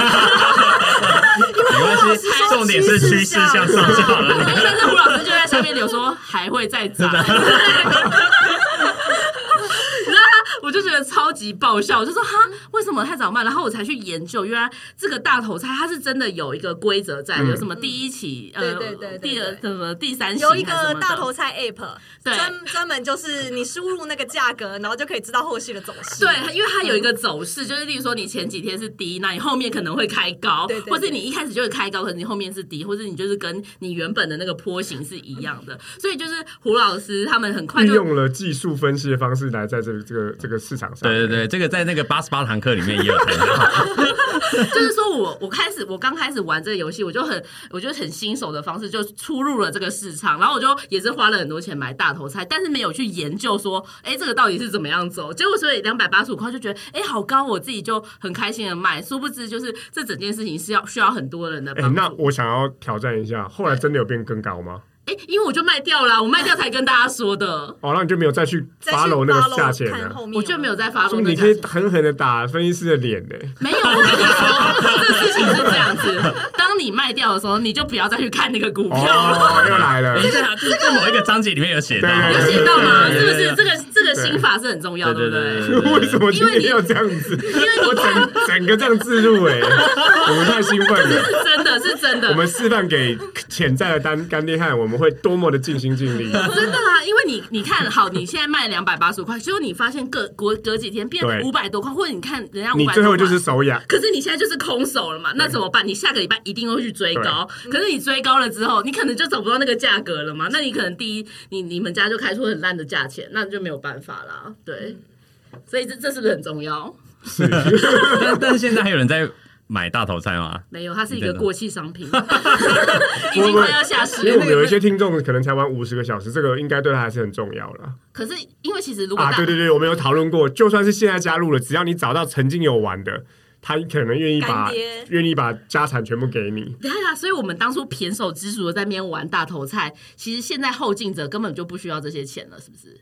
[SPEAKER 5] 系，重点是趋势向上就好了。
[SPEAKER 2] 但是胡老师就在下面留说还会再涨。你知道他，我就觉得超级爆笑，我就说哈，为什么太早卖？然后我才去研究，原来这个大头菜它是真的有一个规则在，
[SPEAKER 1] 嗯
[SPEAKER 2] 有什么第一期，
[SPEAKER 3] 对
[SPEAKER 2] 呃，
[SPEAKER 3] 对对对
[SPEAKER 2] 第二
[SPEAKER 3] 对
[SPEAKER 2] 什么第三期，
[SPEAKER 3] 有一个大头。菜 app，
[SPEAKER 2] 对
[SPEAKER 3] 专专门就是你输入那个价格，然后就可以知道后续的走势。
[SPEAKER 2] 对，因为它有一个走势，就是例如说你前几天是低，那你后面可能会开高，
[SPEAKER 3] 对对对
[SPEAKER 2] 或是你一开始就是开高，可是你后面是低，或是你就是跟你原本的那个坡形是一样的，所以就是胡老师他们很快
[SPEAKER 1] 运
[SPEAKER 2] 就
[SPEAKER 1] 用了技术分析的方式来在这个这个这个市场上，
[SPEAKER 5] 对对对，这个在那个八十八堂课里面也有谈到。
[SPEAKER 2] 就是说我我开始我刚开始玩这个游戏，我就很我就很新手的方式就出入了这个市场，然后我就也是花了很多钱买大头菜，但是没有去研究说，哎，这个到底是怎么样走。结果所以两百八十五块就觉得，哎，好高，我自己就很开心的卖。殊不知就是这整件事情是要需要很多人的
[SPEAKER 1] 哎、
[SPEAKER 2] 帮助。
[SPEAKER 1] 那我想要挑战一下，后来真的有变更高
[SPEAKER 3] 嗯
[SPEAKER 1] 吗？
[SPEAKER 2] 哎，因为我就卖掉了，我卖掉才跟大家说的。
[SPEAKER 1] 哦，那你就没有再去
[SPEAKER 3] 再去
[SPEAKER 1] follow 那个啊价钱
[SPEAKER 3] 看
[SPEAKER 1] 了。
[SPEAKER 3] 后面，
[SPEAKER 2] 我就没有再发
[SPEAKER 1] 说
[SPEAKER 2] 布
[SPEAKER 1] 明
[SPEAKER 2] 那
[SPEAKER 1] 你可以
[SPEAKER 2] 个，
[SPEAKER 1] 狠狠的打分析师的脸呢、
[SPEAKER 2] 没有。我跟你说，这事情是这样子：当你卖掉的时候，你就不要再去看那个股票了。
[SPEAKER 1] 哦，又来了
[SPEAKER 5] 等一，下，这在某一个章节里面有写到，
[SPEAKER 1] 对
[SPEAKER 2] 有
[SPEAKER 1] 对
[SPEAKER 2] 写到吗？
[SPEAKER 5] 对
[SPEAKER 2] 是
[SPEAKER 5] 对
[SPEAKER 2] 不
[SPEAKER 5] 对
[SPEAKER 2] 是这个这个心法是很重要，
[SPEAKER 5] 对
[SPEAKER 2] 不
[SPEAKER 5] 对对对对
[SPEAKER 1] 为什么今天要这样子？我整整个这样自入哎、 我们太兴奋了。
[SPEAKER 2] 是真的，是真的
[SPEAKER 1] 我，们示范给潜在的单干爹看，我们会多么的尽心尽力。
[SPEAKER 2] 真的啊！因为你你看好，你现在卖两百八十五块，结果你发现隔隔隔几天变
[SPEAKER 1] 对
[SPEAKER 2] 五百多块，或者你看人家五
[SPEAKER 1] 你
[SPEAKER 2] 百，
[SPEAKER 1] 最后就是。手痒，
[SPEAKER 2] 可是你现在就是空手了嘛？那怎么办？你下个礼拜一定会去追高，可是你追高了之后，你可能就找不到那个价格了嘛？那你可能第一，你你们家就开出很烂的价钱，那就没有办法啦。对，
[SPEAKER 5] 嗯
[SPEAKER 2] 所以这这是不是很重要？
[SPEAKER 5] 但但是现在还有人在买大头菜吗？
[SPEAKER 2] 没有，它是一
[SPEAKER 5] 你
[SPEAKER 2] 个
[SPEAKER 5] 真的
[SPEAKER 2] 过气商 品，已经快要下市
[SPEAKER 1] 因为
[SPEAKER 2] 了
[SPEAKER 1] 我。们有一些听众可能才玩五十个小时，这个应该对他还是很重要了
[SPEAKER 2] 可是因为其实如果
[SPEAKER 1] 啊！
[SPEAKER 2] 大
[SPEAKER 1] 对对对，我们有讨论过，就算是现在加入了，只要你找到曾经有玩的，他可能愿意把
[SPEAKER 3] 干爹
[SPEAKER 1] 愿意把家产全部给你。
[SPEAKER 2] 等一下，啊所以我们当初胼手胝足的在那边玩大头菜，其实现在后进者根本就不需要这些钱了，是不是？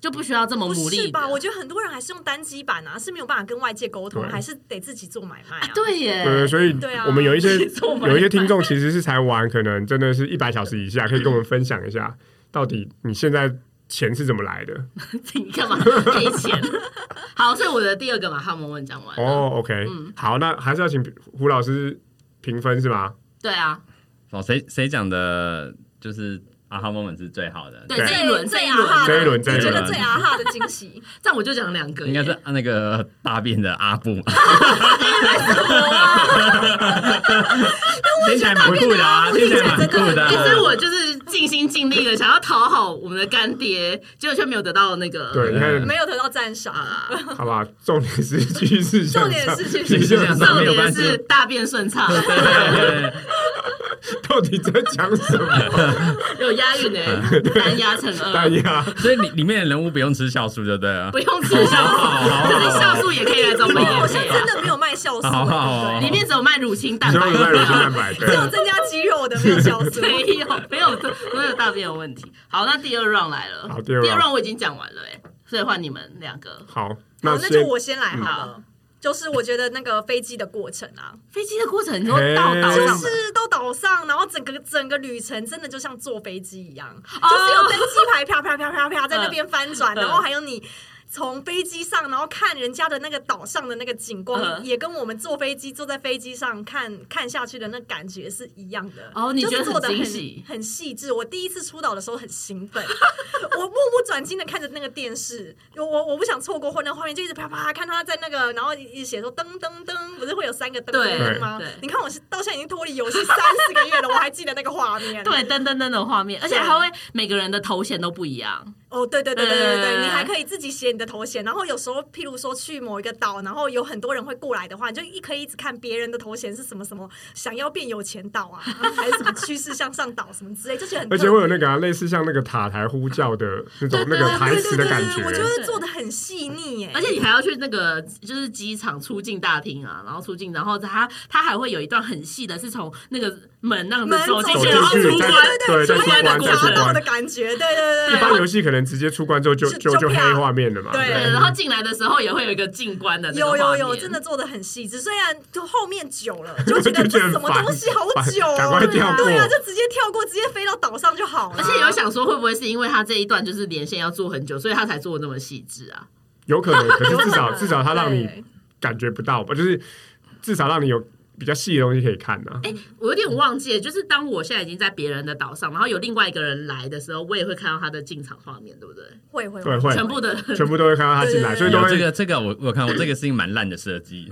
[SPEAKER 2] 就不需要这么
[SPEAKER 3] 不
[SPEAKER 2] 努
[SPEAKER 3] 是
[SPEAKER 2] 力
[SPEAKER 3] 吧？
[SPEAKER 2] 的
[SPEAKER 3] 我觉得很多人还是用单机版啊，是没有办法跟外界沟通，
[SPEAKER 1] 对
[SPEAKER 3] 还是得自己做买卖啊。
[SPEAKER 2] 对
[SPEAKER 1] 对，
[SPEAKER 2] 耶，
[SPEAKER 1] 所以
[SPEAKER 3] 对啊
[SPEAKER 1] 我们有一 些
[SPEAKER 2] 做买卖
[SPEAKER 1] 有一些听众其实是才玩，可能真的是一百小时以下，可以跟我们分享一下，到底你现在钱是怎么来 的？
[SPEAKER 2] 你干嘛给钱？ 好，所以我的第二个嘛，哈蒙问讲完了。
[SPEAKER 1] 哦，OK，好，
[SPEAKER 3] 嗯
[SPEAKER 1] 那还是要请胡老师评分是吧？
[SPEAKER 2] 对啊，
[SPEAKER 5] 哦，谁谁讲的，就是阿哈 moment 是最好的，
[SPEAKER 2] 对
[SPEAKER 1] 对
[SPEAKER 2] 这一轮，这
[SPEAKER 3] 最
[SPEAKER 2] 一
[SPEAKER 3] 啊
[SPEAKER 2] 轮，
[SPEAKER 3] 哈的，
[SPEAKER 1] 这一轮这一
[SPEAKER 3] 你觉
[SPEAKER 5] 轮
[SPEAKER 3] 得最啊哈的惊喜，
[SPEAKER 2] 但我就讲两个耶，
[SPEAKER 5] 应该是那个大便的阿 布， 听起来蛮酷的啊，听起来蛮酷的
[SPEAKER 2] 其实
[SPEAKER 5] 啊。
[SPEAKER 2] 我就是尽心尽力的想要讨好我们的干爹，结果却没有得到那
[SPEAKER 3] 嗯
[SPEAKER 2] 个
[SPEAKER 1] 对，你看，
[SPEAKER 3] 没有得到赞赏啊。
[SPEAKER 1] 好吧，重点是趋势向
[SPEAKER 3] 重
[SPEAKER 1] 上，
[SPEAKER 3] 点是去
[SPEAKER 5] 继续向上
[SPEAKER 2] 重
[SPEAKER 5] 没有
[SPEAKER 2] 点
[SPEAKER 5] 关系。
[SPEAKER 2] 是大便顺畅，
[SPEAKER 5] 对对对
[SPEAKER 1] 到底在讲什么？ 哎
[SPEAKER 2] 有押韵哎、单押成
[SPEAKER 1] 大
[SPEAKER 2] 二，
[SPEAKER 1] 家
[SPEAKER 5] 对所以里里面的人物不用吃酵素就对了
[SPEAKER 2] 不。用吃酵素，可是酵素也可以来找我们
[SPEAKER 3] 没有，我现在真
[SPEAKER 2] 业
[SPEAKER 3] 的没有卖 酵素，
[SPEAKER 5] 好好好
[SPEAKER 3] 对
[SPEAKER 5] 好
[SPEAKER 2] 配，里面只有卖乳清蛋
[SPEAKER 1] 只有
[SPEAKER 2] 白，
[SPEAKER 1] 卖乳清蛋白，对
[SPEAKER 3] 只有增加肌肉的没有酵素。
[SPEAKER 2] 没有，没有，没有大便有问题。好，那第二 round 来了。
[SPEAKER 1] 好第二 round
[SPEAKER 2] 我已经讲完了、欸，哎，所以换你们两个。
[SPEAKER 1] 好，
[SPEAKER 3] 好，
[SPEAKER 1] 那
[SPEAKER 3] 哦那
[SPEAKER 1] 先
[SPEAKER 3] 就我先来好
[SPEAKER 2] 好
[SPEAKER 3] 了。就是我觉得那个飞机的过程啊，
[SPEAKER 2] 飞机的过程，你说到岛
[SPEAKER 1] 嘿
[SPEAKER 3] 就
[SPEAKER 2] 上的，
[SPEAKER 3] 是到岛上，然后整个整个旅程真的就像坐飞机一样，
[SPEAKER 2] 哦
[SPEAKER 3] 就是有登机牌啪啪啪啪啪在那边翻转，
[SPEAKER 2] 嗯
[SPEAKER 3] 然后还有你。从飞机上，然后看人家的那个岛上的那个景光，
[SPEAKER 2] 嗯
[SPEAKER 3] 也跟我们坐飞机坐在飞机上看看下去的那感觉是一样的。
[SPEAKER 2] 哦你
[SPEAKER 3] 就
[SPEAKER 2] 觉
[SPEAKER 3] 是
[SPEAKER 2] 得很
[SPEAKER 3] 做的
[SPEAKER 2] 惊
[SPEAKER 3] 很
[SPEAKER 2] 喜
[SPEAKER 3] 很细致。我第一次出岛的时候很兴奋， 我目不转睛的看着那个电视，我我我不想错过或那画面，就一直啪啪看他在那个，然后一直写说噔噔噔，不是会有三个噔
[SPEAKER 2] 对
[SPEAKER 3] 噔噔吗
[SPEAKER 2] 对？
[SPEAKER 3] 你看我是到现在已经脱离游戏三四个月了，我还记得那个画面。
[SPEAKER 2] 对，噔噔噔的画面，而且还会每个人的头衔都不一样。
[SPEAKER 3] 哦，对对对对对
[SPEAKER 2] 对
[SPEAKER 3] 对，你还可以自己写你的头衔，然后有时候譬如说去某一个岛，然后有很多人会过来的话，你就一可以一直看别人的头衔是什么什么，想要变有钱岛啊，还是什么趋势向上岛什么之类，就觉得很特
[SPEAKER 1] 而
[SPEAKER 3] 别。
[SPEAKER 1] 且会有那个啊类似像那个塔台呼叫的那种
[SPEAKER 2] 对
[SPEAKER 1] 那
[SPEAKER 2] 对
[SPEAKER 1] 个
[SPEAKER 2] 对
[SPEAKER 1] 台
[SPEAKER 3] 对
[SPEAKER 1] 词
[SPEAKER 3] 对
[SPEAKER 1] 的
[SPEAKER 3] 对
[SPEAKER 1] 感
[SPEAKER 3] 对，我觉
[SPEAKER 1] 觉。
[SPEAKER 3] 得做的很细腻耶，
[SPEAKER 2] 而且你还要去那个就是机场出境大厅啊，然后出境，然后他他还会有一段很细的，是从那个门那个
[SPEAKER 3] 门
[SPEAKER 2] 走进
[SPEAKER 1] 走
[SPEAKER 2] 去，
[SPEAKER 1] 进
[SPEAKER 2] 然后
[SPEAKER 1] 去
[SPEAKER 2] 出
[SPEAKER 1] 再
[SPEAKER 2] 关，
[SPEAKER 1] 对再
[SPEAKER 2] 出关的
[SPEAKER 1] 关
[SPEAKER 2] 过
[SPEAKER 1] 再
[SPEAKER 3] 砸
[SPEAKER 1] 出
[SPEAKER 2] 程。
[SPEAKER 3] 到
[SPEAKER 1] 关
[SPEAKER 3] 的感觉，对对
[SPEAKER 1] 一
[SPEAKER 3] 对
[SPEAKER 1] 般
[SPEAKER 3] 对。
[SPEAKER 1] 游戏可能直接出关之后就
[SPEAKER 3] 就
[SPEAKER 1] 就就
[SPEAKER 3] 就
[SPEAKER 1] 黑
[SPEAKER 3] 啪
[SPEAKER 1] 画面了嘛，
[SPEAKER 3] 对
[SPEAKER 2] 对，然后进来的时候也会有一个进关的那个
[SPEAKER 3] 有有
[SPEAKER 2] 画
[SPEAKER 3] 有，
[SPEAKER 2] 面
[SPEAKER 3] 真的做的很细致，虽然就后面久 了，就觉得
[SPEAKER 1] 就觉
[SPEAKER 3] 这
[SPEAKER 1] 得很
[SPEAKER 3] 什么
[SPEAKER 1] 烦
[SPEAKER 3] 东西好
[SPEAKER 1] 烦
[SPEAKER 3] 久哦，
[SPEAKER 1] 赶快
[SPEAKER 3] 对啊
[SPEAKER 1] 跳过
[SPEAKER 3] 对啊，就直接跳过，直接飞到岛上就好了。
[SPEAKER 2] 而 且有想说，会不会是因为他这一段就是连线要做很久，所以他才做得那么细致啊？
[SPEAKER 1] 有可能，可是至少
[SPEAKER 3] 有可能
[SPEAKER 1] 至少它让你
[SPEAKER 3] 对
[SPEAKER 1] 感觉不到吧，就是至少让你有比较细的东西可以看啊呢、
[SPEAKER 2] 哎、我有点忘记了，就是当我现在已经在别人的岛上，然后有另外一个人来的时候，我也会看到他的进场画面，对不对？
[SPEAKER 3] 会会
[SPEAKER 1] 对会
[SPEAKER 2] 全部的
[SPEAKER 1] 全部都会看到它进来，所
[SPEAKER 3] 对
[SPEAKER 1] 以都
[SPEAKER 5] 有这
[SPEAKER 1] 会
[SPEAKER 5] 个这个我我看过，这个是一个蛮烂的设计。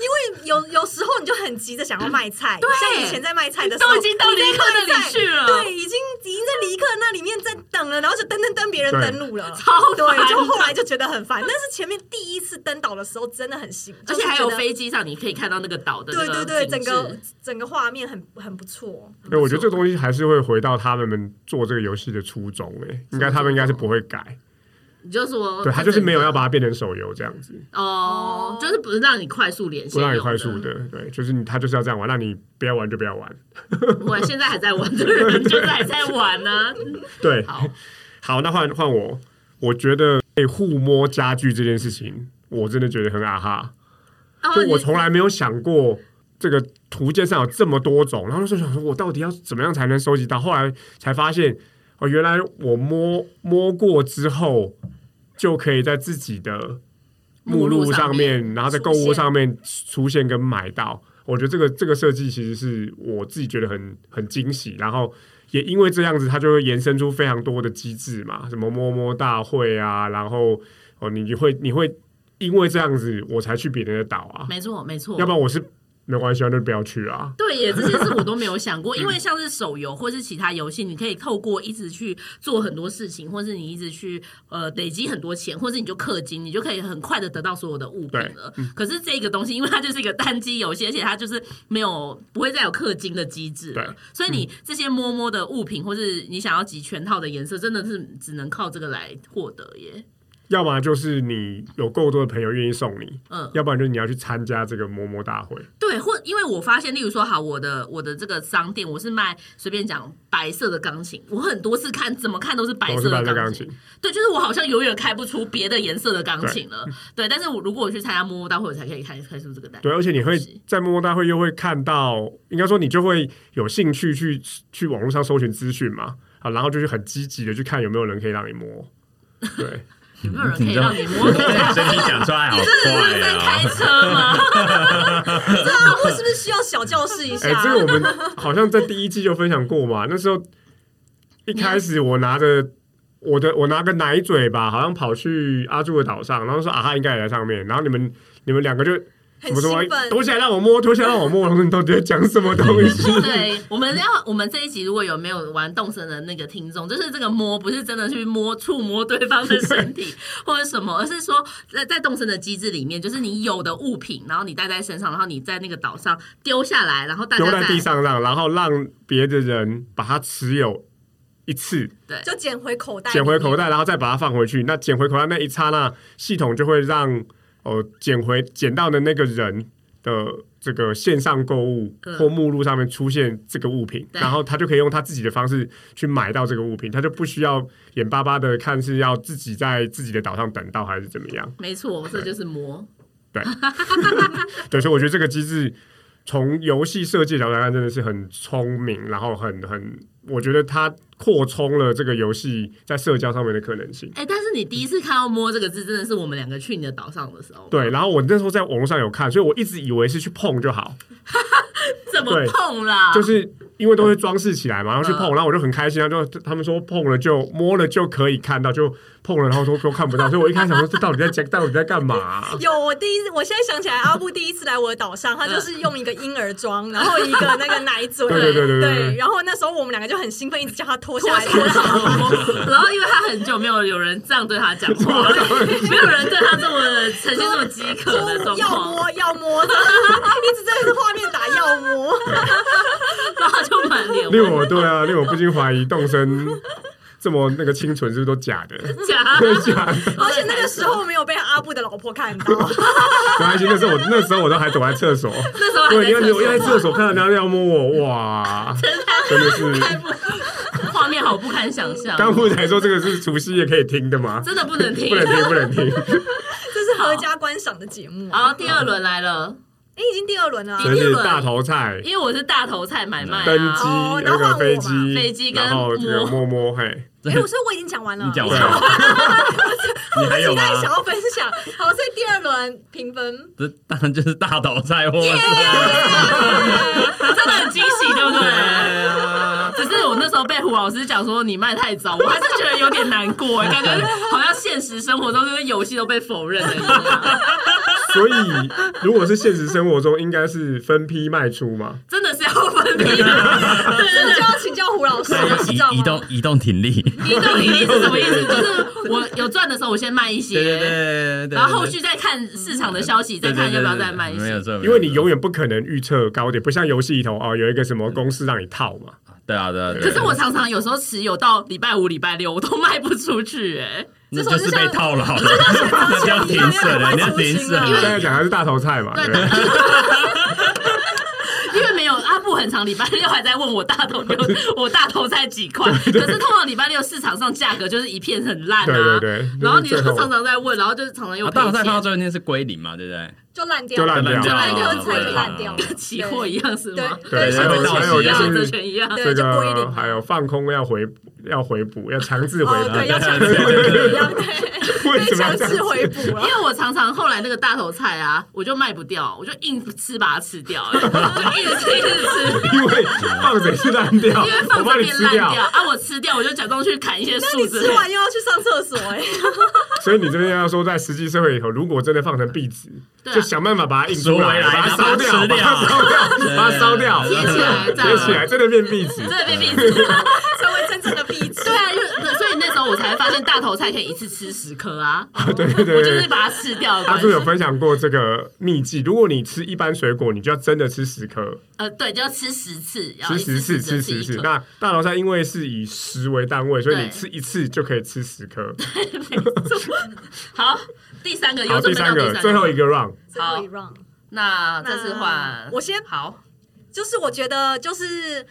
[SPEAKER 3] 因为有有时候你就很急着想要卖菜，
[SPEAKER 2] 对
[SPEAKER 3] 像以前在卖菜的时候，
[SPEAKER 2] 都已经到尼克那里去了，
[SPEAKER 3] 对，已经已经在离克那里面在等了，然后就登登登别人
[SPEAKER 1] 对
[SPEAKER 3] 登录了，
[SPEAKER 2] 超烦
[SPEAKER 3] 对，就后来就觉得很烦。但是前面第一次登岛的时候真的很兴奋，
[SPEAKER 2] 而且还有
[SPEAKER 3] 就是觉得
[SPEAKER 2] 飞机上你可以看到那个岛的那
[SPEAKER 3] 对
[SPEAKER 2] 个
[SPEAKER 3] 对对，整
[SPEAKER 2] 景致
[SPEAKER 3] 个整个画面很很不错。
[SPEAKER 1] 哎、我觉得这东西还是会回到他们做这个游戏的初衷、哎，应该他们应该是不会改，
[SPEAKER 2] 你就说
[SPEAKER 1] 对他就是没有要
[SPEAKER 2] 把
[SPEAKER 1] 把它变成手游这样子，
[SPEAKER 2] 哦，就是不是让你快速连线
[SPEAKER 1] 不
[SPEAKER 2] 用的，
[SPEAKER 1] 让你快速的，对，就是你他就是要这样玩，让你不要玩就不要玩，
[SPEAKER 2] 我现在还在玩的人就是还在玩呢、
[SPEAKER 1] 对，
[SPEAKER 2] 好，
[SPEAKER 1] 好，那换换我，我觉得被互摸家具这件事情，我真的觉得很啊哈，
[SPEAKER 2] 然后
[SPEAKER 1] 就
[SPEAKER 2] 你
[SPEAKER 1] 我从来没有想过这个图鉴上有这么多种，然后就想说我到底要怎么样才能收集到？后来才发现，哦，原来我摸摸过之后，就可以在自己的目录上面，然后在购物上面出现跟买到。我觉得这个这个设计其实是我自己觉得很很惊喜，然后也因为这样子，它就会延伸出非常多的机制嘛，什么摸摸大会啊，然后哦，你你会你会因为这样子，我才去别人的岛啊，
[SPEAKER 2] 没错没错，
[SPEAKER 1] 要不然我是没关系啊，那就不要去啊。
[SPEAKER 2] 对耶，这些事我 都没有想过，因为像是手游或是其他游戏，你可以透过一直去做很多事情，或是你一直去呃累积很多钱，或是你就氪金，你就可以很快的得到所有的物品了。
[SPEAKER 1] 嗯
[SPEAKER 2] 可是这个东西，因为它就是一个单机游戏，而且它就是没有不会再有氪金的机制
[SPEAKER 1] 对，
[SPEAKER 2] 了
[SPEAKER 1] 嗯
[SPEAKER 2] 所以你这些摸摸的物品，或是你想要集全套的颜色，真的是只能靠这个来获得耶。
[SPEAKER 1] 要么就是你有够多的朋友愿意送你，
[SPEAKER 2] 嗯，
[SPEAKER 1] 要不然就是你要去参加这个摸摸大会。
[SPEAKER 2] 对，或因为我发现，例如说，好，我的我的这个商店，我是卖随便讲白色的钢琴，我很多次看怎么看都是白
[SPEAKER 1] 我
[SPEAKER 2] 色
[SPEAKER 1] 是白
[SPEAKER 2] 的
[SPEAKER 1] 色
[SPEAKER 2] 钢
[SPEAKER 1] 钢
[SPEAKER 2] 琴
[SPEAKER 1] 琴，，
[SPEAKER 2] 对，就是我好像永远开不出别的颜色的钢琴了，对。但是我如果我去参加摸摸大会，我才可以开开出这个单。
[SPEAKER 1] 对，而且你会
[SPEAKER 2] 是
[SPEAKER 1] 在摸摸大会又会看到，应该说你就会有兴趣去去网络上搜寻资讯嘛，好，然后就是很积极的去看有没有人可以让你摸。对，
[SPEAKER 2] 有没有人可以让你 摸？你
[SPEAKER 5] 所以你讲出来好
[SPEAKER 2] 是
[SPEAKER 5] 怪
[SPEAKER 2] 在
[SPEAKER 5] 啊！
[SPEAKER 2] 开车吗？
[SPEAKER 3] 这阿木是不是需要小教室一下
[SPEAKER 1] 哎、？这个我们好像在第一季就分享过嘛，那时候一开始我拿着。我的我拿个奶嘴吧，好像跑去阿柱的岛上，然后说啊哈应该也在上面，然后你们你们两个就什
[SPEAKER 3] 很
[SPEAKER 1] 么东
[SPEAKER 3] 兴
[SPEAKER 1] 西
[SPEAKER 3] 奋，啊
[SPEAKER 1] 脱下来让我摸，脱下来让我摸，我说你到底在讲什么 东西？
[SPEAKER 2] 对，我们要我们这一集如果有没有玩动森的那个听众，就是这个摸不是真的去摸触摸对方的 身体或者什么，而是说在在动森的机制里面，就是你有的物品，然后你带在身上，然后你在那个岛上丢下来，然后大
[SPEAKER 1] 丢
[SPEAKER 2] 家
[SPEAKER 3] 啊
[SPEAKER 1] 在地
[SPEAKER 2] 再
[SPEAKER 1] 上让，然后让别的人把它持有一次，
[SPEAKER 2] 对
[SPEAKER 3] 就捡回口袋，
[SPEAKER 1] 捡回口袋，然后再把它放回去。那捡回口袋那一刹那，系统就会让哦捡回捡到的那个人的这个线上购物
[SPEAKER 2] 嗯
[SPEAKER 1] 或目录上面出现这个物品，
[SPEAKER 2] 对
[SPEAKER 1] 然后他就可以用他自己的方式去买到这个物品，他就不需要眼巴巴的看是要自己在自己的岛上等到还是怎么样。
[SPEAKER 2] 没错，这就是摸。
[SPEAKER 1] 对，所以我觉得这个机制从游戏设计的角度来看，真的是很聪明，然后很很，我觉得它扩充了这个游戏在社交上面的可能性。
[SPEAKER 2] 哎、但是你第一次看到“摸”这个字，真的是我们两个去你的岛上的时候，
[SPEAKER 1] 对，然后我那时候在网络上有看，所以我一直以为是去碰就好，
[SPEAKER 2] 怎么
[SPEAKER 1] 对
[SPEAKER 2] 碰啦？
[SPEAKER 1] 就是因为都会装饰起来嘛，然后去碰，
[SPEAKER 2] 啊嗯
[SPEAKER 1] 然后我就很开心，然后就他们说碰了就摸了就可以看到，就碰了，然后说都看不到，所以我一开始想说这到底在讲，到底在干嘛、
[SPEAKER 3] 有，我第一次，我现在想起来，阿布第一次来我的岛上，他就是用一个婴儿装，然后一个那个奶嘴，
[SPEAKER 1] 嗯 对对对对对对
[SPEAKER 3] 然后那时候我们两个就很兴奋，一直叫他脱下
[SPEAKER 2] 脱
[SPEAKER 3] 来，
[SPEAKER 2] 下
[SPEAKER 3] 脱下来
[SPEAKER 2] 来，然后因为他很久没有有人这样对他讲话， 没有人对他这么呈现这么饥渴的状
[SPEAKER 3] 要
[SPEAKER 2] 况，
[SPEAKER 3] 摸要摸，一直在这画面打要摸，
[SPEAKER 2] 然后他就满脸
[SPEAKER 1] 令
[SPEAKER 2] 问
[SPEAKER 1] 我对啊，令我不禁怀疑动身这么那个清纯是不是都假 的？
[SPEAKER 2] 假。
[SPEAKER 1] 假的。
[SPEAKER 3] 而且那个时候没有被阿布的老 婆看到，
[SPEAKER 1] 没关系，那时候我那时候我都还躲在厕 所，
[SPEAKER 2] 那时候
[SPEAKER 1] 对，因
[SPEAKER 2] 还
[SPEAKER 1] 为我因
[SPEAKER 2] 在
[SPEAKER 1] 为
[SPEAKER 2] 厕
[SPEAKER 1] 在
[SPEAKER 2] 所，
[SPEAKER 1] 厕所看到人家要摸我，哇，真的是。
[SPEAKER 2] 画面好不堪想象，
[SPEAKER 1] 刚不才说这个是除夕夜可以听的吗？
[SPEAKER 2] 真的不能听
[SPEAKER 1] 不。能听，不能听，
[SPEAKER 3] 这是合家观赏的节目。啊
[SPEAKER 2] 好，第二轮来了，
[SPEAKER 3] 哎，已经第二轮了啊，
[SPEAKER 1] 真是大头菜、
[SPEAKER 2] 因为我是大头菜买卖
[SPEAKER 1] 登
[SPEAKER 2] 啊
[SPEAKER 1] 机。
[SPEAKER 3] 哦
[SPEAKER 1] 那个飞
[SPEAKER 3] 然后换我
[SPEAKER 1] 机、
[SPEAKER 3] 嘛
[SPEAKER 2] 飞机跟
[SPEAKER 1] 然后这个摸摸，嘿，
[SPEAKER 3] 哎，我说我已经讲完了，
[SPEAKER 5] 你讲
[SPEAKER 1] 对
[SPEAKER 5] 完，了， 你还有
[SPEAKER 3] 期
[SPEAKER 5] 吗？
[SPEAKER 3] 待想要分享。好，所以第二轮评分，
[SPEAKER 5] 这当然就是大头菜，我
[SPEAKER 3] 啊
[SPEAKER 2] 真的很惊喜，对不对？
[SPEAKER 5] 对啊，
[SPEAKER 2] 只是我那时候被胡老师讲说你卖太早，我还是觉得有点难过，欸感觉好像现实生活中这个游戏都被否认了一 样，
[SPEAKER 1] 所以如果是现实生活中，应该是分批卖出嘛。
[SPEAKER 2] 真的是要分批的。对
[SPEAKER 3] 这
[SPEAKER 2] 对
[SPEAKER 3] 就
[SPEAKER 2] 对。
[SPEAKER 3] 要请教胡老师，你知道
[SPEAKER 5] 移移
[SPEAKER 3] 吗？
[SPEAKER 5] 动移动挺力，
[SPEAKER 2] 移动比例是什么意思？就是我有赚的时候，我先卖一些，
[SPEAKER 5] 对对对对对，
[SPEAKER 2] 然后后续再看市场的消息，再看要不要再卖一
[SPEAKER 5] 没有
[SPEAKER 2] 些。
[SPEAKER 5] 错，
[SPEAKER 1] 因为你永远不可能预测高点，不像游戏里头哦，有一个什么公式让你套嘛。
[SPEAKER 5] 对啊对啊，
[SPEAKER 2] 可是我常常有时候持有到礼拜五、礼拜六，我都卖不出去哎、
[SPEAKER 5] 那就是被套牢了， 那就要停损了，你要停损
[SPEAKER 1] 现
[SPEAKER 5] 了，
[SPEAKER 1] 在讲的啊是大头菜嘛，对不对，
[SPEAKER 2] 因为没有阿布很长，礼拜六还在问我大头 六，我大头才几块。可是通常礼拜六市场上价格就是一片很烂啊，
[SPEAKER 1] 对对啊对
[SPEAKER 2] 然后你
[SPEAKER 1] 就
[SPEAKER 2] 就
[SPEAKER 1] 是最后
[SPEAKER 2] 常常在问，然后就是常常又
[SPEAKER 5] 大头
[SPEAKER 2] 赔
[SPEAKER 5] 菜放到
[SPEAKER 2] 钱，
[SPEAKER 5] 最后一定是归零嘛，对不对？
[SPEAKER 3] 就烂掉
[SPEAKER 1] 就烂掉，
[SPEAKER 5] 就
[SPEAKER 3] 烂掉，
[SPEAKER 2] 就
[SPEAKER 3] 菜
[SPEAKER 5] 啊
[SPEAKER 3] 就烂掉了，
[SPEAKER 2] 期货一样是吗？
[SPEAKER 1] 对，
[SPEAKER 5] 对
[SPEAKER 1] 还有
[SPEAKER 5] 对
[SPEAKER 1] 还
[SPEAKER 5] 对
[SPEAKER 1] 有
[SPEAKER 2] 一
[SPEAKER 1] 就
[SPEAKER 2] 样，
[SPEAKER 1] 是
[SPEAKER 2] 这全一样。
[SPEAKER 3] 对
[SPEAKER 1] 这
[SPEAKER 3] 就
[SPEAKER 1] 个
[SPEAKER 3] 归零
[SPEAKER 1] 还有放空要回要回补，要强制回
[SPEAKER 3] 哦，对，
[SPEAKER 1] 补。
[SPEAKER 3] 要强制回补一样，对，
[SPEAKER 1] 为什
[SPEAKER 3] 被
[SPEAKER 1] 么要
[SPEAKER 3] 强
[SPEAKER 1] 这样
[SPEAKER 3] 制
[SPEAKER 1] 子？
[SPEAKER 3] 回补
[SPEAKER 2] 因
[SPEAKER 3] 啊。
[SPEAKER 2] 为我常常后来那个大头菜啊，我就卖不掉，我就硬吃把它吃掉，哎就一直吃一直吃，
[SPEAKER 1] 因为放水是烂掉，
[SPEAKER 2] 因为
[SPEAKER 1] 我
[SPEAKER 2] 放
[SPEAKER 1] 帮
[SPEAKER 2] 这
[SPEAKER 1] 你
[SPEAKER 2] 边
[SPEAKER 1] 吃
[SPEAKER 2] 烂掉
[SPEAKER 1] 掉，
[SPEAKER 2] 啊，我吃掉我就假装去砍一些
[SPEAKER 3] 那
[SPEAKER 2] 树
[SPEAKER 3] 你
[SPEAKER 2] 枝。
[SPEAKER 3] 吃完又要去上厕所哎，
[SPEAKER 1] 所以你这边要说，在实际社会里头，如果真的放成壁纸，
[SPEAKER 2] 对啊
[SPEAKER 1] 就想办法把它印出来，
[SPEAKER 5] 收回来
[SPEAKER 1] 把它烧掉，把
[SPEAKER 5] 然
[SPEAKER 1] 它
[SPEAKER 5] 后
[SPEAKER 1] 烧掉，
[SPEAKER 5] 掉
[SPEAKER 1] 把它烧掉，
[SPEAKER 2] 贴起来这样
[SPEAKER 1] 贴起来，真的变壁纸
[SPEAKER 2] 真。的被逼死。
[SPEAKER 3] 成为真正的壁纸
[SPEAKER 2] 对。啊，就所以那时候我才发现大头菜可以一次吃十颗啊，
[SPEAKER 1] 对对 对
[SPEAKER 2] 我就是
[SPEAKER 1] 对。
[SPEAKER 2] 把它吃掉的
[SPEAKER 1] 阿
[SPEAKER 2] 关
[SPEAKER 1] 朱有
[SPEAKER 2] 系。
[SPEAKER 1] 分享过这个秘技，如果你吃一般水果，你就要真的吃十颗，
[SPEAKER 2] 呃，对，就要吃十次，然后
[SPEAKER 1] 吃
[SPEAKER 2] 一
[SPEAKER 1] 十次，
[SPEAKER 2] 次
[SPEAKER 1] 吃
[SPEAKER 2] 只能
[SPEAKER 1] 十
[SPEAKER 2] 吃
[SPEAKER 1] 次。
[SPEAKER 2] 一颗。
[SPEAKER 1] 那大头菜因为是以十为单位，所以你
[SPEAKER 2] 对
[SPEAKER 1] 吃一次就可以吃十颗。
[SPEAKER 2] 好，第三个
[SPEAKER 1] 好，
[SPEAKER 2] 又
[SPEAKER 1] 第
[SPEAKER 2] 准备到
[SPEAKER 1] 三
[SPEAKER 2] 第
[SPEAKER 1] 个，最后一个 round，
[SPEAKER 3] 最后一 round，
[SPEAKER 2] 那这次换
[SPEAKER 3] 那我先
[SPEAKER 2] 好，
[SPEAKER 3] 就是我觉得就是，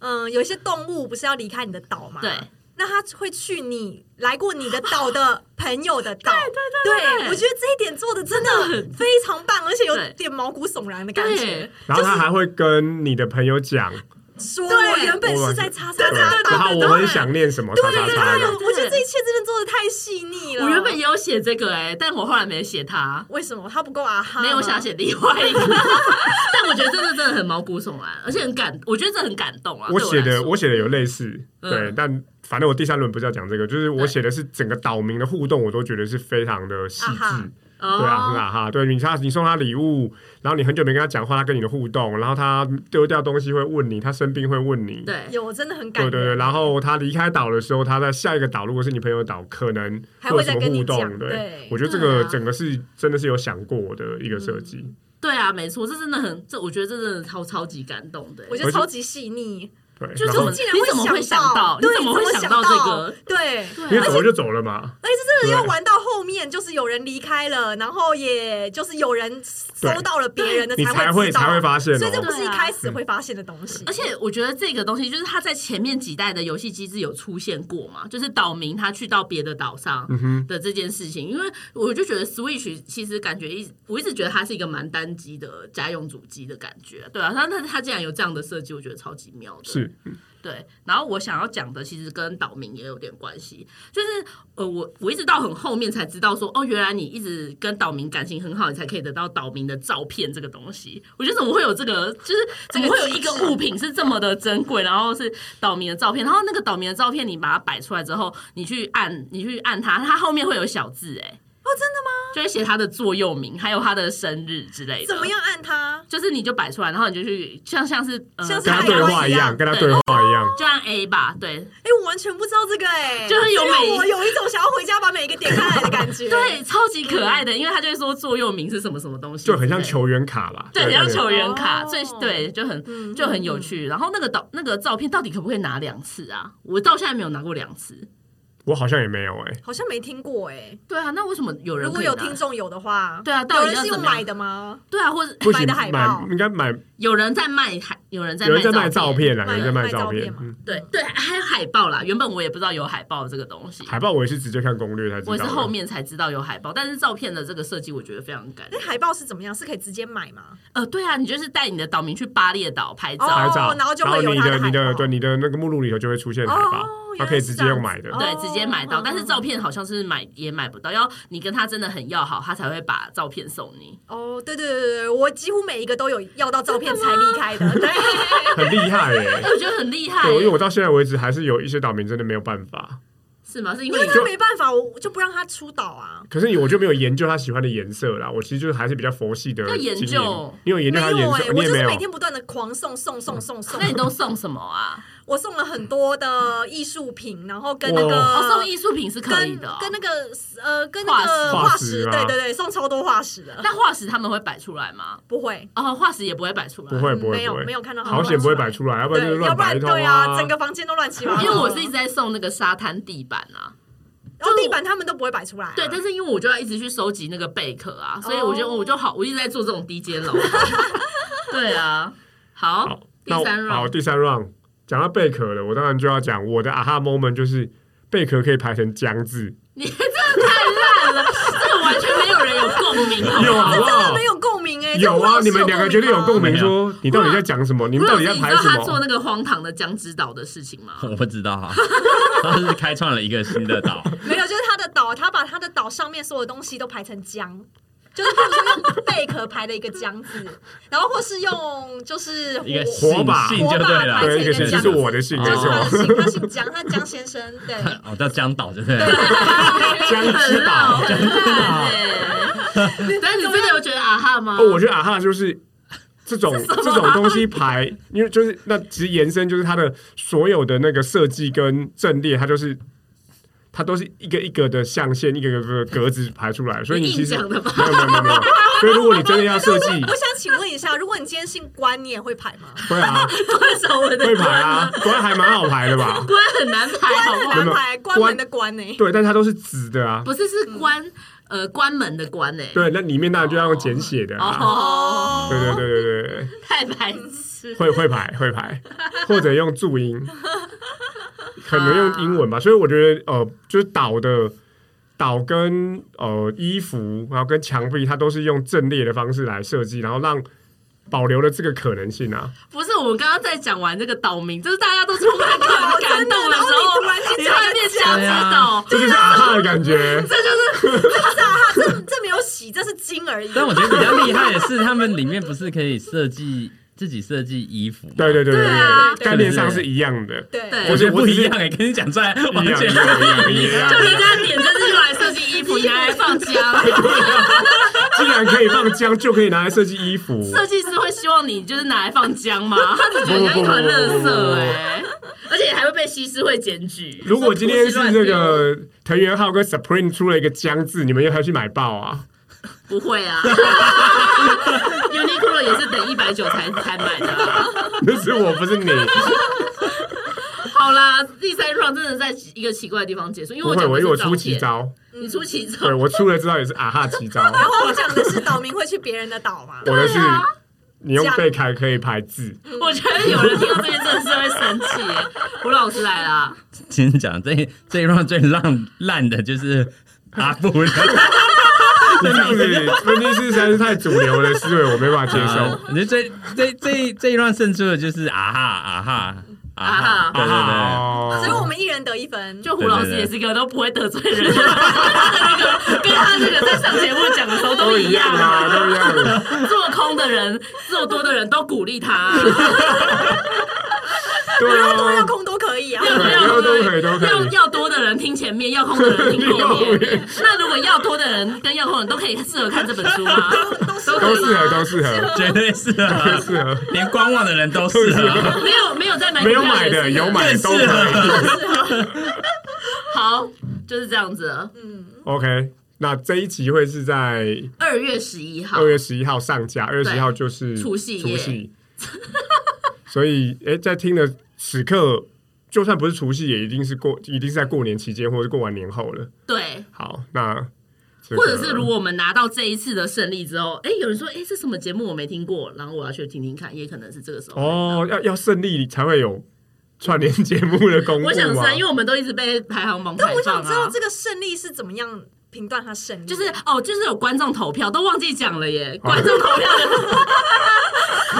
[SPEAKER 3] 嗯，有一些动物不是要离开你的岛嘛？
[SPEAKER 2] 对，
[SPEAKER 3] 那它会去你来过你的岛的朋友的岛。对
[SPEAKER 2] 对对对
[SPEAKER 3] 我觉得这一点做的真的非常棒，而且有
[SPEAKER 2] 对
[SPEAKER 3] 点毛骨悚然的感觉
[SPEAKER 2] 对。，
[SPEAKER 1] 然后他还会跟你的朋友讲，
[SPEAKER 3] 说
[SPEAKER 2] 对
[SPEAKER 3] 我原本是在叉叉
[SPEAKER 1] 对
[SPEAKER 3] 叉
[SPEAKER 1] 然后我很想念什么叉叉叉
[SPEAKER 3] 对
[SPEAKER 1] 的，
[SPEAKER 3] 我觉得这一切真的做的太细腻了。
[SPEAKER 2] 我原本也有写这个哎，但我后来没写它。
[SPEAKER 3] 为什么他不够啊哈吗？
[SPEAKER 2] 没有想写另外 一个，但我觉得这个真的很毛骨悚然，而且很感，我觉得这很感动啊。
[SPEAKER 1] 我
[SPEAKER 2] 对
[SPEAKER 1] 写
[SPEAKER 2] 来
[SPEAKER 1] 的
[SPEAKER 2] 说
[SPEAKER 1] 我写的有类似，
[SPEAKER 2] 嗯
[SPEAKER 1] 对，但反正我第三轮不是要讲这个，就是我写的是整个岛民的互动，我都觉得是非常的细
[SPEAKER 3] 啊哈
[SPEAKER 1] 致，
[SPEAKER 2] 哦
[SPEAKER 1] 对啊，很啊哈，对你他你送他礼物，然后你很久没跟他讲话，他跟你的互动，然后他丢掉东西会问你，他生病会问你，
[SPEAKER 2] 对，
[SPEAKER 3] 有真的很感
[SPEAKER 1] 对
[SPEAKER 3] 人。
[SPEAKER 1] 对对，然后他离开岛的时候，他在下一个岛，如果是你朋友的岛，可能
[SPEAKER 3] 还
[SPEAKER 1] 有
[SPEAKER 3] 会
[SPEAKER 1] 什
[SPEAKER 3] 再
[SPEAKER 1] 么
[SPEAKER 3] 跟你
[SPEAKER 1] 互动？
[SPEAKER 3] 讲
[SPEAKER 1] 对
[SPEAKER 3] 对，嗯
[SPEAKER 1] 我觉得这个
[SPEAKER 2] 对啊
[SPEAKER 1] 整个是真的是有想过的一个设计，
[SPEAKER 2] 对啊，没错，这真的很，这我觉得这真的超超级感动的。欸
[SPEAKER 3] 我觉
[SPEAKER 1] 而
[SPEAKER 3] 得
[SPEAKER 1] 且
[SPEAKER 3] 超级细腻，
[SPEAKER 1] 对，
[SPEAKER 3] 就
[SPEAKER 1] 然
[SPEAKER 3] 是
[SPEAKER 1] 后
[SPEAKER 3] 我
[SPEAKER 2] 怎么
[SPEAKER 3] 竟然
[SPEAKER 2] 你怎么会想到
[SPEAKER 3] 对
[SPEAKER 2] 你怎么会
[SPEAKER 3] 想
[SPEAKER 2] 想到这个？
[SPEAKER 3] 对，
[SPEAKER 1] 因
[SPEAKER 2] 对
[SPEAKER 1] 为
[SPEAKER 2] 啊，
[SPEAKER 1] 走了就走了嘛，
[SPEAKER 3] 而且是 真的要
[SPEAKER 1] 对
[SPEAKER 3] 玩到后面，就是有人离开了，然后也就是有人收到了别人的，
[SPEAKER 1] 你才会
[SPEAKER 3] 知道
[SPEAKER 1] 才会发现
[SPEAKER 3] 所以这
[SPEAKER 1] 哦。
[SPEAKER 3] 不是一开始会发现的东西。
[SPEAKER 2] 而且我觉得这个东西就是它在前面几代的游戏机制有出现过嘛，就是岛民他去到别的岛上
[SPEAKER 1] 嗯哼，
[SPEAKER 2] 的这件事情，因为我就觉得 Switch 其实感觉一直我一直觉得它是一个蛮单机的家用主机的感觉，对啊，它它它竟然有这样的设计，我觉得超级妙的。
[SPEAKER 1] 是
[SPEAKER 2] 对，然后我想要讲的其实跟岛民也有点关系，就是呃，我我一直到很后面才知道说，哦，原来你一直跟岛民感情很好，你才可以得到岛民的照片这个东西。我觉得怎么会有这个，就是怎么会有一个物品是这么的珍贵，然后是岛民的照片，然后那个岛民的照片你把它摆出来之后，你去按你去按它，它后面会有小字、哎，
[SPEAKER 3] 哦，真的吗？
[SPEAKER 2] 就会写它的座右铭，还有它的生日之类的。
[SPEAKER 3] 怎么？样按它？
[SPEAKER 2] 就是你就摆出来，然后你就去像像是、呃、
[SPEAKER 3] 像是
[SPEAKER 1] 跟他
[SPEAKER 3] 海
[SPEAKER 1] 对
[SPEAKER 3] 龟
[SPEAKER 1] 话一
[SPEAKER 3] 一
[SPEAKER 1] 样，
[SPEAKER 3] 样
[SPEAKER 1] 跟他
[SPEAKER 2] 对
[SPEAKER 1] 对话一样，
[SPEAKER 2] 就按 A 吧，对，
[SPEAKER 3] 哎，我完全不知道这个哎，
[SPEAKER 2] 就是有
[SPEAKER 3] 这让
[SPEAKER 2] 每
[SPEAKER 3] 我有一种想要回家把每一个点开来的感 觉。
[SPEAKER 2] 对，，超级可爱的，因为他就会说座右铭是什么什么东西，
[SPEAKER 1] 就很像，球员卡啦，
[SPEAKER 2] 对，很像球员卡，
[SPEAKER 3] 哦
[SPEAKER 2] 最对就很
[SPEAKER 3] 嗯
[SPEAKER 2] 就很有趣。然后那个照那个照片到底可不可以拿两次啊？我到现在没有拿过两次。
[SPEAKER 1] 我好像也没有哎，
[SPEAKER 3] 好像没听过哎。
[SPEAKER 2] 对啊，那为什么有人
[SPEAKER 3] 如
[SPEAKER 2] 可
[SPEAKER 3] 果
[SPEAKER 2] 以拿
[SPEAKER 3] 有听众有的话，
[SPEAKER 2] 对啊到
[SPEAKER 3] 有
[SPEAKER 2] 底
[SPEAKER 3] 人
[SPEAKER 2] 要
[SPEAKER 3] 是
[SPEAKER 2] 怎
[SPEAKER 3] 用
[SPEAKER 2] 么样
[SPEAKER 3] 买的吗？
[SPEAKER 2] 对啊，或者
[SPEAKER 1] 不
[SPEAKER 3] 买
[SPEAKER 1] 行
[SPEAKER 3] 的海
[SPEAKER 1] 买
[SPEAKER 3] 报
[SPEAKER 1] 应该买，
[SPEAKER 2] 有人在卖海，有人在
[SPEAKER 1] 有人在卖照
[SPEAKER 2] 照，
[SPEAKER 1] 片啊啦，有人
[SPEAKER 3] 卖
[SPEAKER 1] 在卖
[SPEAKER 3] 卖
[SPEAKER 1] 照
[SPEAKER 3] 照
[SPEAKER 1] 片
[SPEAKER 3] 片，嘛
[SPEAKER 1] 嗯
[SPEAKER 2] 对对，还有海报啦。原本我也不知道有海报这个东西，
[SPEAKER 1] 海报我也是直接看攻略才知道
[SPEAKER 2] 我
[SPEAKER 1] 的，
[SPEAKER 2] 是后面才知道有海报，但是照片的这个设计我觉得非常感人
[SPEAKER 3] 那。哎海报是怎么样？是可以直接买吗？
[SPEAKER 2] 呃，对啊，你就是带你的岛民去巴列岛拍照，啊
[SPEAKER 1] 拍照
[SPEAKER 3] 哦，然后就会有
[SPEAKER 1] 你
[SPEAKER 3] 它的
[SPEAKER 1] 你
[SPEAKER 3] 海
[SPEAKER 1] 的
[SPEAKER 3] 报
[SPEAKER 1] 对你的那个目录里头就会出现海报
[SPEAKER 3] 哦，
[SPEAKER 1] 它
[SPEAKER 3] 原来
[SPEAKER 1] 可以
[SPEAKER 3] 是
[SPEAKER 1] 直
[SPEAKER 3] 这
[SPEAKER 1] 接
[SPEAKER 3] 样
[SPEAKER 1] 用
[SPEAKER 3] 子
[SPEAKER 1] 买的。
[SPEAKER 3] 哦
[SPEAKER 2] 对，直接买到，
[SPEAKER 3] 嗯
[SPEAKER 2] 但是照片好像是买也买不到，要你跟他真的很要好，他才会把照片送你。
[SPEAKER 3] 哦，对对对对对，我几乎每一个都有要到照片才离开的，对，
[SPEAKER 1] 很厉害耶、
[SPEAKER 2] 哎，我觉得很厉害
[SPEAKER 1] 对，因为
[SPEAKER 2] 耶，
[SPEAKER 1] 我到现在为止还是有一些岛民真的没有办法，
[SPEAKER 2] 是吗？是因
[SPEAKER 3] 因
[SPEAKER 2] 为
[SPEAKER 3] 为
[SPEAKER 2] 你
[SPEAKER 3] 他没办法，我就不让他出岛啊。
[SPEAKER 1] 可是我就没有研究他喜欢的颜色啦。我其实就是还是比较佛系的
[SPEAKER 2] 要研
[SPEAKER 1] 经验
[SPEAKER 2] 究
[SPEAKER 1] 你有研究
[SPEAKER 3] 没
[SPEAKER 1] 他的颜
[SPEAKER 3] 有
[SPEAKER 1] 色，
[SPEAKER 3] 哎、
[SPEAKER 1] 你
[SPEAKER 3] 我
[SPEAKER 1] 也
[SPEAKER 3] 就
[SPEAKER 1] 没
[SPEAKER 3] 是
[SPEAKER 1] 有
[SPEAKER 3] 每。天不断的狂送送送送送
[SPEAKER 2] 那，你都送什么啊？
[SPEAKER 3] 我送了很多的艺术品，然后跟
[SPEAKER 1] 哇
[SPEAKER 3] 那个、
[SPEAKER 2] 哦，送艺术品是可以
[SPEAKER 3] 跟
[SPEAKER 2] 的哦。
[SPEAKER 3] 呃跟那个呃跟那个
[SPEAKER 1] 化
[SPEAKER 3] 化
[SPEAKER 1] 石
[SPEAKER 3] 石，
[SPEAKER 1] 化石
[SPEAKER 3] 对
[SPEAKER 1] 啊
[SPEAKER 3] 对对，送超多化石的，
[SPEAKER 2] 那化石他们会摆出来吗？
[SPEAKER 3] 不会，
[SPEAKER 2] 哦，化石也不会摆出来，
[SPEAKER 1] 不会不会
[SPEAKER 3] 没有
[SPEAKER 1] 不会
[SPEAKER 3] 没有看到他
[SPEAKER 1] 好
[SPEAKER 3] 们
[SPEAKER 1] 险不会摆
[SPEAKER 3] 乱
[SPEAKER 1] 出来，要不然就是
[SPEAKER 3] 对，要
[SPEAKER 1] 乱
[SPEAKER 3] 不
[SPEAKER 1] 摆一
[SPEAKER 3] 然
[SPEAKER 1] 通
[SPEAKER 3] 对啊，整个房间都乱七八糟。
[SPEAKER 2] 因为我是一直在送那个沙滩地板啊。
[SPEAKER 3] 然后地板他们都不会摆出来、啊，
[SPEAKER 2] 对，但是因为我就要一直去收集那个贝壳啊，所以我觉得
[SPEAKER 3] 哦
[SPEAKER 2] 我就好，我一直在做这种低阶楼。对啊，好
[SPEAKER 1] 好，，
[SPEAKER 2] 第
[SPEAKER 1] 那我
[SPEAKER 2] 三 round
[SPEAKER 1] 好第三 round 讲到贝壳了，我当然就要讲我的 aha moment 就是贝壳可以排成江字，
[SPEAKER 2] 你这太烂了，这完全没有人有共鸣， 好
[SPEAKER 1] 有
[SPEAKER 2] 不
[SPEAKER 1] 好
[SPEAKER 2] 好
[SPEAKER 1] 不
[SPEAKER 3] 真的
[SPEAKER 1] 好
[SPEAKER 3] 没？有共鸣哎、
[SPEAKER 1] 啊有啊，
[SPEAKER 3] 这
[SPEAKER 1] 你们
[SPEAKER 3] 种老师
[SPEAKER 1] 两个绝对有
[SPEAKER 3] 吗
[SPEAKER 1] 共鸣，
[SPEAKER 5] 没有
[SPEAKER 1] 说你到底在讲什么？你们到底在排
[SPEAKER 2] 你知
[SPEAKER 1] 什
[SPEAKER 2] 道他做
[SPEAKER 1] 么？
[SPEAKER 2] 那个荒唐的江之岛的事 情吗？
[SPEAKER 5] 我不知道啊，他是开创了一个新的岛，
[SPEAKER 3] 没有，就是他的岛，他把他的岛上面所有东西都排成江。就是比如说用贝壳排了一个江字，然后或是用就是
[SPEAKER 5] 一个
[SPEAKER 3] 火
[SPEAKER 5] 信
[SPEAKER 1] 火把
[SPEAKER 5] 信就对了，
[SPEAKER 3] 火把
[SPEAKER 1] 对，一个
[SPEAKER 3] 排
[SPEAKER 1] 姓
[SPEAKER 3] 成
[SPEAKER 1] 就
[SPEAKER 3] 一个江
[SPEAKER 1] 是
[SPEAKER 3] 字
[SPEAKER 1] 我的姓，
[SPEAKER 5] 哦
[SPEAKER 1] 没
[SPEAKER 3] 就是他
[SPEAKER 1] 错
[SPEAKER 3] 的。姓，他姓江，他江先生，对，
[SPEAKER 5] 哦，叫江岛，对不对？
[SPEAKER 1] 江之
[SPEAKER 2] 很
[SPEAKER 1] 岛
[SPEAKER 2] 老，。很烂 哎！但是你真的有觉得啊哈吗？
[SPEAKER 1] 哦，我觉得啊哈就是这种这种东西排，因为就是那其实延伸就是它的所有的那个设计跟阵列，它就是它都是一个一个的象限，一个一个格子排出来，所以你
[SPEAKER 2] 你
[SPEAKER 1] 其
[SPEAKER 2] 硬
[SPEAKER 1] 实没有
[SPEAKER 2] 讲
[SPEAKER 1] 没
[SPEAKER 2] 的吧
[SPEAKER 1] 有没有没有，所以如果你真的要设计，
[SPEAKER 3] 我想请问一下，如果你今天姓关，你也会排吗？
[SPEAKER 1] 会 啊
[SPEAKER 2] 为什么我的
[SPEAKER 1] 会排啊，关还蛮好排的吧？
[SPEAKER 2] 关很难排，好不好？
[SPEAKER 3] 很
[SPEAKER 1] 没
[SPEAKER 3] 难
[SPEAKER 1] 有
[SPEAKER 3] 排，关门的关呢、
[SPEAKER 1] 对，但它都是直的啊，
[SPEAKER 2] 不是是关呃关门的关哎，
[SPEAKER 1] 对，那里面当然就要用简写的啊，
[SPEAKER 2] 哦
[SPEAKER 1] 对对对对对，
[SPEAKER 2] 太白痴。
[SPEAKER 1] 会会排会排，或者用注音，可能用英文吧。所以我觉得呃，就是岛的岛跟呃衣服，然后跟墙壁，它都是用阵列的方式来设计，然后让保留了这个可能性啊。
[SPEAKER 2] 不是，我们刚刚在讲完这个岛民，就是大家都充满 感感动哦的时候，你突然变江之岛，
[SPEAKER 1] 这就是啊哈的感 觉，
[SPEAKER 2] 这就是
[SPEAKER 3] 不是啊，他这这没有洗，这是金而已。
[SPEAKER 5] 但我觉得比较厉害的是，他们里面不是可以设计自己设计衣服嘛，
[SPEAKER 1] 对对对对
[SPEAKER 2] 对啊
[SPEAKER 1] 概念上是一样的，
[SPEAKER 3] 对
[SPEAKER 2] 对
[SPEAKER 5] 我觉得
[SPEAKER 1] 我
[SPEAKER 5] 不
[SPEAKER 1] 只
[SPEAKER 5] 一
[SPEAKER 1] 是
[SPEAKER 5] 样哎、跟你讲出来
[SPEAKER 1] 一
[SPEAKER 5] 完
[SPEAKER 1] 样
[SPEAKER 5] 全
[SPEAKER 1] 一样一样
[SPEAKER 2] 就， 人家点真是用来设计 衣服，你还放家了。
[SPEAKER 1] 竟然可以放姜，就可以拿来设计衣服。
[SPEAKER 2] 设计师会希望你就是拿来放姜吗？他只觉得人家一团垃圾哎，而且还会被西施会检举。
[SPEAKER 1] 如果今天是这个藤原浩跟 Supreme 出了一个姜字，你们要不要去买爆啊？
[SPEAKER 2] 不会啊，Uniqlo 也是等一百九才才买的啊、
[SPEAKER 1] 那是我，不是你。
[SPEAKER 2] 好啦，第三 round 真的在一个奇怪的地方结束，因为
[SPEAKER 1] 不
[SPEAKER 2] 我
[SPEAKER 1] 会，
[SPEAKER 2] 讲
[SPEAKER 1] 我
[SPEAKER 2] 的
[SPEAKER 1] 因为
[SPEAKER 2] 是
[SPEAKER 1] 我出
[SPEAKER 2] 照
[SPEAKER 1] 奇
[SPEAKER 2] 片，
[SPEAKER 1] 招，
[SPEAKER 2] 你出奇招
[SPEAKER 1] 对，我出了之后也是啊哈奇招。
[SPEAKER 3] 然后我讲的是岛民会去别人的岛嘛，
[SPEAKER 1] 我的是
[SPEAKER 2] 对啊
[SPEAKER 1] 你用贝凯可以排字，
[SPEAKER 2] 我觉得有人听到这些真的是会生气耶。胡老师来啦，
[SPEAKER 5] 先讲这这一 round 最烂烂的就是阿布了，
[SPEAKER 1] 你这样子分析师实在是太主流的思维，我没办法接
[SPEAKER 5] 啊
[SPEAKER 1] 受。
[SPEAKER 5] 我觉得最这这这一 round 胜出的就是啊哈啊哈
[SPEAKER 2] 啊哈
[SPEAKER 5] 对对对。
[SPEAKER 3] 所以我
[SPEAKER 1] 哦，
[SPEAKER 3] 们一人得一分。
[SPEAKER 2] 就胡老师也是一个都不会得罪人的，跟他那个跟他那个在上节目讲的时候都
[SPEAKER 1] 都
[SPEAKER 2] 一
[SPEAKER 1] 一样
[SPEAKER 2] 样
[SPEAKER 1] 啊，都一样。
[SPEAKER 2] 做空的人、做多的人都鼓励他、
[SPEAKER 1] 对
[SPEAKER 3] 要多要
[SPEAKER 1] 啊，
[SPEAKER 3] 空都可以啊。
[SPEAKER 1] 对
[SPEAKER 2] 要
[SPEAKER 1] 都可以都可以
[SPEAKER 2] 要要多的人听前面，要空的人听后
[SPEAKER 1] 后
[SPEAKER 2] 面
[SPEAKER 1] 面。
[SPEAKER 2] 那如果要多的人跟要空的人都可以适合看这本 书吗？都可
[SPEAKER 1] 都
[SPEAKER 2] 以
[SPEAKER 1] 适合，都适 合，
[SPEAKER 5] 绝对适
[SPEAKER 1] 都
[SPEAKER 5] 合，
[SPEAKER 1] 适合。
[SPEAKER 5] 连观望的人都适合。
[SPEAKER 2] 没有没有在买股
[SPEAKER 1] 没
[SPEAKER 2] 票
[SPEAKER 1] 有买 的，
[SPEAKER 2] 也是
[SPEAKER 1] 有买的都可
[SPEAKER 5] 更适
[SPEAKER 1] 以。
[SPEAKER 2] 好，就是这样子了。
[SPEAKER 1] OK，那这一集会是在
[SPEAKER 2] 二月十一号
[SPEAKER 1] 二，月十一号上架，二月十一号就是
[SPEAKER 2] 除夕
[SPEAKER 1] 除
[SPEAKER 2] 夜
[SPEAKER 1] 夕。 所以，哎、在听的此刻，就算不是除夕，也一定是过，一定是在过年期间，或者是过完年后了。
[SPEAKER 2] 对。
[SPEAKER 1] 好，那、这个
[SPEAKER 2] 或者是如果我们拿到这一次的胜利之后，哎、有人说，哎、这什么节目我没听过，然后我要去听听看，也可能是这个时候。
[SPEAKER 1] 哦，要要胜利才会有串联节目的公布
[SPEAKER 2] 我想是
[SPEAKER 1] 吗
[SPEAKER 2] 啊，因为我们都一直被排行榜
[SPEAKER 3] 但
[SPEAKER 2] 排
[SPEAKER 3] 我
[SPEAKER 2] 放
[SPEAKER 3] 想知道
[SPEAKER 2] 啊
[SPEAKER 3] 这。个胜利是怎么样评断他胜利，
[SPEAKER 2] 就是哦，就是有观众投票，都忘记讲了耶，观众投 票的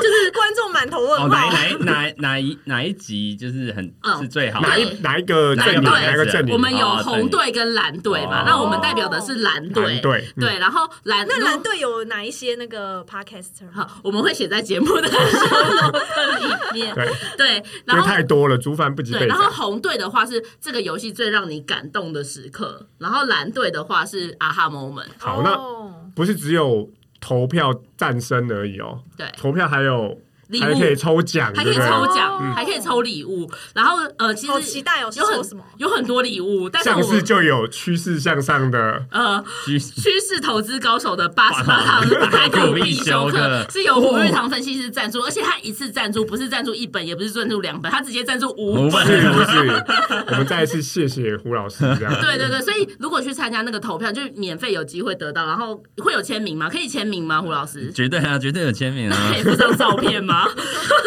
[SPEAKER 3] 就是观众满头
[SPEAKER 5] 哦，
[SPEAKER 3] 问
[SPEAKER 5] 哪
[SPEAKER 3] 号。
[SPEAKER 5] 一哪一哪哪一哪一集就是很
[SPEAKER 2] 嗯
[SPEAKER 5] 是最好的？
[SPEAKER 1] 哪一哪一个
[SPEAKER 5] 哪
[SPEAKER 1] 阵
[SPEAKER 5] 一个
[SPEAKER 1] 营，
[SPEAKER 2] 队
[SPEAKER 1] 哪一个阵营，
[SPEAKER 2] 我们有
[SPEAKER 5] 哦
[SPEAKER 2] 红队跟蓝队嘛
[SPEAKER 5] 哦，
[SPEAKER 2] 那我们代表的是蓝队，
[SPEAKER 1] 啊蓝队嗯
[SPEAKER 2] 对，然后蓝
[SPEAKER 3] 那蓝队有哪一些那个 podcaster 吗？
[SPEAKER 2] 好，我们会写在节目的 show note 里面，
[SPEAKER 1] 对，
[SPEAKER 2] 对，
[SPEAKER 1] 因
[SPEAKER 2] 然
[SPEAKER 1] 为
[SPEAKER 2] 后
[SPEAKER 1] 太多了，竹凡不及
[SPEAKER 2] 对，
[SPEAKER 1] 备
[SPEAKER 2] 然
[SPEAKER 1] 载。
[SPEAKER 2] 后红队的话是这个游戏最让你感动的时刻，然后蓝队的话是啊哈 moment，
[SPEAKER 1] 好，那
[SPEAKER 3] 哦
[SPEAKER 1] 不是只有投票战胜而已哦，
[SPEAKER 2] 对，
[SPEAKER 1] 投票还有
[SPEAKER 2] 礼
[SPEAKER 1] 还可以
[SPEAKER 2] 物。
[SPEAKER 1] 抽奖，
[SPEAKER 2] 还可
[SPEAKER 1] 对
[SPEAKER 2] 以
[SPEAKER 1] 不对
[SPEAKER 2] 抽奖，
[SPEAKER 3] 嗯
[SPEAKER 2] 还可以抽礼物，然后呃，其实
[SPEAKER 3] 好期待哦，是
[SPEAKER 2] 有
[SPEAKER 3] 抽
[SPEAKER 2] 很
[SPEAKER 3] 什么？
[SPEAKER 2] 有很多礼物，但是我
[SPEAKER 1] 像是
[SPEAKER 2] 们
[SPEAKER 1] 就有趋势向上的，
[SPEAKER 2] 呃，
[SPEAKER 5] 居
[SPEAKER 2] 趋势投资高手的八十八堂排
[SPEAKER 5] 百股
[SPEAKER 2] 骨
[SPEAKER 5] 必
[SPEAKER 2] 必
[SPEAKER 5] 修
[SPEAKER 2] 修
[SPEAKER 5] 课
[SPEAKER 2] 课是由胡玉堂分析师赞助，而且他一次赞助不是赞助一本，也不是赞助两本，他直接赞助五
[SPEAKER 5] 五
[SPEAKER 2] 本。
[SPEAKER 1] 是
[SPEAKER 5] 本
[SPEAKER 1] 不是？我们再一次谢谢胡老师，这样
[SPEAKER 2] 对对对，所以如果去参加那个投票，就是免费有机会得到，然后会有签名吗？可以签名吗？胡老师，
[SPEAKER 5] 绝对啊，绝对有签名啊
[SPEAKER 2] 可！以附上照片吗？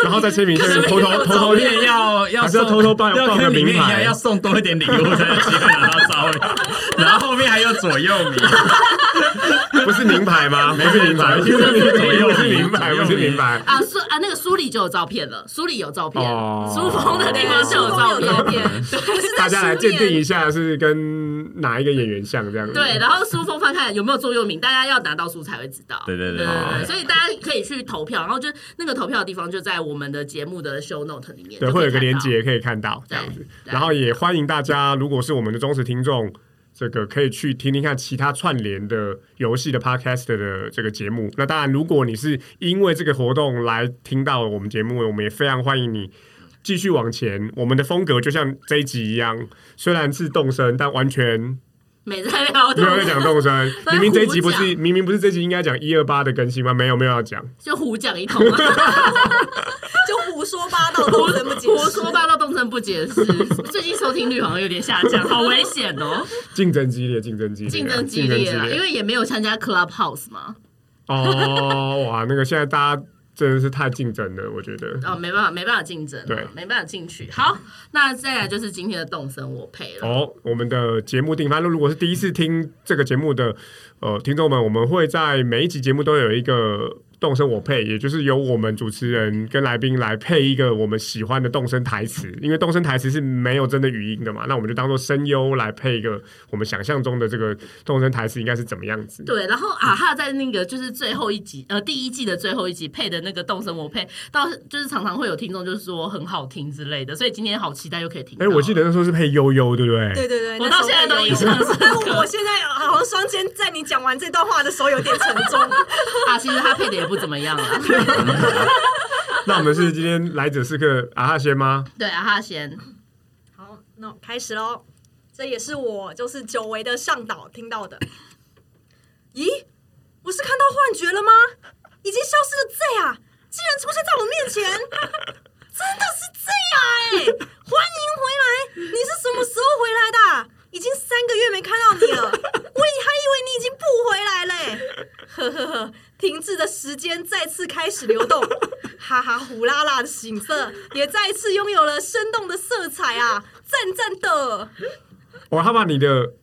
[SPEAKER 1] 然后在签 名上面偷偷偷
[SPEAKER 5] 照
[SPEAKER 1] 偷
[SPEAKER 5] 片要要
[SPEAKER 1] 还是要
[SPEAKER 5] 送
[SPEAKER 1] 偷偷报
[SPEAKER 5] 要
[SPEAKER 1] 报个
[SPEAKER 5] 跟里
[SPEAKER 1] 名
[SPEAKER 5] 面一样，
[SPEAKER 1] 牌
[SPEAKER 5] 要送多一点礼物才有机会拿到 照片，然后后面还有左右名，
[SPEAKER 1] 不是名牌吗？不是名牌，不
[SPEAKER 5] 左右左右
[SPEAKER 1] 不是名牌，不是名牌。
[SPEAKER 2] 啊，书啊，那个书里就有照片了，书里有照片
[SPEAKER 1] 哦，
[SPEAKER 2] 书封的地方就有照
[SPEAKER 3] 书封有照
[SPEAKER 2] 片。嗯
[SPEAKER 3] 不是
[SPEAKER 1] 大
[SPEAKER 3] 在
[SPEAKER 1] 家来
[SPEAKER 3] 书
[SPEAKER 1] 鉴定
[SPEAKER 3] 面
[SPEAKER 1] 一下，是跟哪一个演员像这样子？
[SPEAKER 2] 对，，然后书封翻看有没有座右铭，大家要拿到书才会知道。
[SPEAKER 5] 对对对
[SPEAKER 2] 对
[SPEAKER 5] 对对
[SPEAKER 2] 所以大家可以去投票，然后就那个投票的地方就在我们的节目的 show note 里面，
[SPEAKER 1] 对，
[SPEAKER 2] 就
[SPEAKER 1] 会
[SPEAKER 2] 可以
[SPEAKER 1] 有个
[SPEAKER 2] 看
[SPEAKER 1] 连
[SPEAKER 2] 到。
[SPEAKER 1] 接可以看到这样子。
[SPEAKER 2] 对
[SPEAKER 1] 然后也欢迎大家，如果是我们的忠实听众，这个可以去听听看其他串联的游戏的 podcast 的这个节目。那当然，如果你是因为这个活动来听到我们节目，我们也非常欢迎你。继续往前，我们的风格就像这一集一样，虽然是动身，但完全
[SPEAKER 2] 每次在聊
[SPEAKER 1] 没有在讲动 身。明明这一集不
[SPEAKER 2] 胡
[SPEAKER 1] 是，明明不是这集应该讲一二八的更新吗？没有，没有要讲。
[SPEAKER 2] 就胡讲一通，啊
[SPEAKER 3] 就胡说八道，都人不解
[SPEAKER 2] 胡
[SPEAKER 3] 释
[SPEAKER 2] 说八道，动身不解释。最近收听率好像有点下降，好危险 哦，
[SPEAKER 1] 竞争激烈，竞争激烈，啊
[SPEAKER 2] 竞争激烈啊
[SPEAKER 1] 竞
[SPEAKER 2] 啦，
[SPEAKER 1] 争
[SPEAKER 2] 因为也没有参加 Clubhouse 嘛，
[SPEAKER 1] 哦，哇，那个现在大家真的是太竞争了，我觉得。
[SPEAKER 2] 哦，没办法，没办法竞争，
[SPEAKER 1] 对
[SPEAKER 2] 没办法进去。好，那再来就是今天的动身我配了，
[SPEAKER 1] 哦，我们的节目定番，如果是第一次听这个节目的呃听众们，我们会在每一集节目都有一个。动身我配，也就是由我们主持人跟来宾来配一个我们喜欢的动身台词，因为动身台词是没有真的语音的嘛，那我们就当做声优来配一个我们想象中的这个动身台词应该是怎么样子。
[SPEAKER 2] 对，然后啊哈在那个就是最后一集，呃，第一季的最后一集配的那个动身我配到，就是常常会有听众就是说很好听之类的，所以今天好期待又可以听到。
[SPEAKER 1] 哎，我记得那时候是配悠悠，对不对？
[SPEAKER 3] 对对对，
[SPEAKER 2] 我
[SPEAKER 3] 那
[SPEAKER 2] 到
[SPEAKER 3] 时候
[SPEAKER 2] 现在
[SPEAKER 3] 会
[SPEAKER 2] 都
[SPEAKER 3] 有
[SPEAKER 2] 印象深刻
[SPEAKER 3] 因为我现在好像双肩在你讲完这段话的时候有点沉重。
[SPEAKER 2] 啊，其实他配的也不怎么样啊。
[SPEAKER 1] 那我们是今天来者是客啊哈先吗？
[SPEAKER 2] 对啊 哈先，
[SPEAKER 3] 好，那我开始喽。这也是我就是久违的上岛听到的。 咦，我是看到幻觉了吗？已经消失的 Z 啊，竟然出现在我面前， 真的是 Z 啊！哎，欢迎回来，你是什么时候回来的啊？已经三个月没看到你了，我以还以为你已经不回来嘞。呵呵呵，停滞的时间再次开始流动，哈哈，胡啦啦的景色也再次拥有了生动的色彩啊，赞赞的，
[SPEAKER 1] 哦，他把你的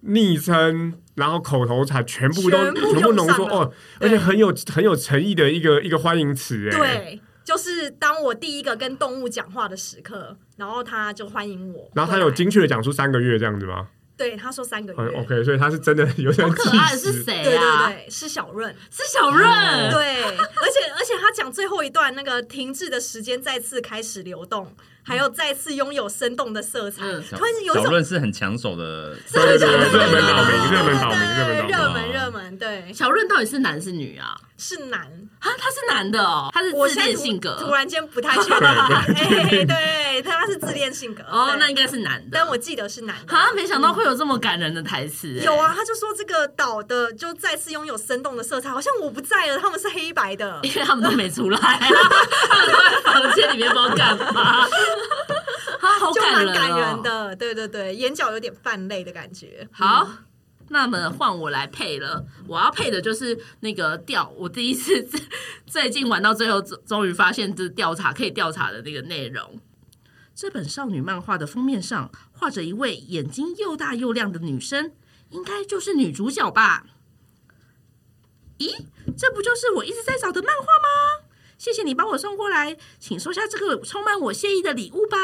[SPEAKER 1] 昵称，然后口头禅全部都
[SPEAKER 3] 全部
[SPEAKER 1] 全部浓
[SPEAKER 3] 用上
[SPEAKER 1] 缩
[SPEAKER 3] 了
[SPEAKER 1] 哦，而
[SPEAKER 3] 对
[SPEAKER 1] 且很有很有诚意的一个一个欢迎词哎。，
[SPEAKER 3] 对。就是当我第一个跟动物讲话的时刻，然后他就欢迎我。
[SPEAKER 1] 然后他有
[SPEAKER 3] 回来
[SPEAKER 1] 精确的讲出三个月这样子吗？
[SPEAKER 3] 对他说三个月，
[SPEAKER 1] 嗯，OK，所以他是真的有点
[SPEAKER 2] 好可爱
[SPEAKER 1] 气
[SPEAKER 2] 是
[SPEAKER 1] 势。
[SPEAKER 2] 谁
[SPEAKER 3] 对对
[SPEAKER 2] 啊？
[SPEAKER 3] 对，是小润，
[SPEAKER 2] 是小润。
[SPEAKER 1] 哦
[SPEAKER 3] 对，而且而且他讲最后一段那个停滞的时间再次开始流动，还有再次拥有生动的色彩，
[SPEAKER 2] 嗯
[SPEAKER 3] 突然有一
[SPEAKER 5] 小
[SPEAKER 3] 种
[SPEAKER 5] 润是很抢手的，
[SPEAKER 1] 对对对，
[SPEAKER 2] 是
[SPEAKER 1] 热门岛民，
[SPEAKER 3] 对
[SPEAKER 1] 热门岛民，热
[SPEAKER 3] 对
[SPEAKER 1] 门岛
[SPEAKER 3] 热
[SPEAKER 1] 民。
[SPEAKER 3] 门热门，对，
[SPEAKER 2] 小润到底是男是女啊？
[SPEAKER 3] 是男。
[SPEAKER 2] 啊，他是男的哦，他是
[SPEAKER 3] 我
[SPEAKER 2] 自
[SPEAKER 3] 现在
[SPEAKER 2] 恋
[SPEAKER 3] 突
[SPEAKER 2] 性
[SPEAKER 3] 突
[SPEAKER 2] 格。
[SPEAKER 3] 然间不太确定， 哎，对，他是自恋性格。
[SPEAKER 2] 哦，
[SPEAKER 3] 对
[SPEAKER 2] 那应该是男的。
[SPEAKER 3] 但我记得是男的。
[SPEAKER 2] 啊，没想到会有这么感人的台词、欸
[SPEAKER 3] 有，啊，他就说这个岛的就再次拥有生动的色彩，好像我不在了，他们是黑 白的。
[SPEAKER 2] 因为他们都没出来、啊他们都在房间里面不知道干嘛。啊，好
[SPEAKER 3] 就
[SPEAKER 2] 感
[SPEAKER 3] 蛮
[SPEAKER 2] 人、哦，
[SPEAKER 3] 感人。的，对对对，眼角有点泛泪的感觉。
[SPEAKER 2] 好，那么换我来配了。我要配的就是那个调，我第一次最近玩到最后，终终于发现这调查可以调查的那个内容。这本少女漫画的封面上画着一位眼睛又大又亮的女生，应该就是女主角吧？咦，这不就是我一直在找的漫画吗？谢谢你帮我送过来，请收下这个充满我谢意的礼物吧。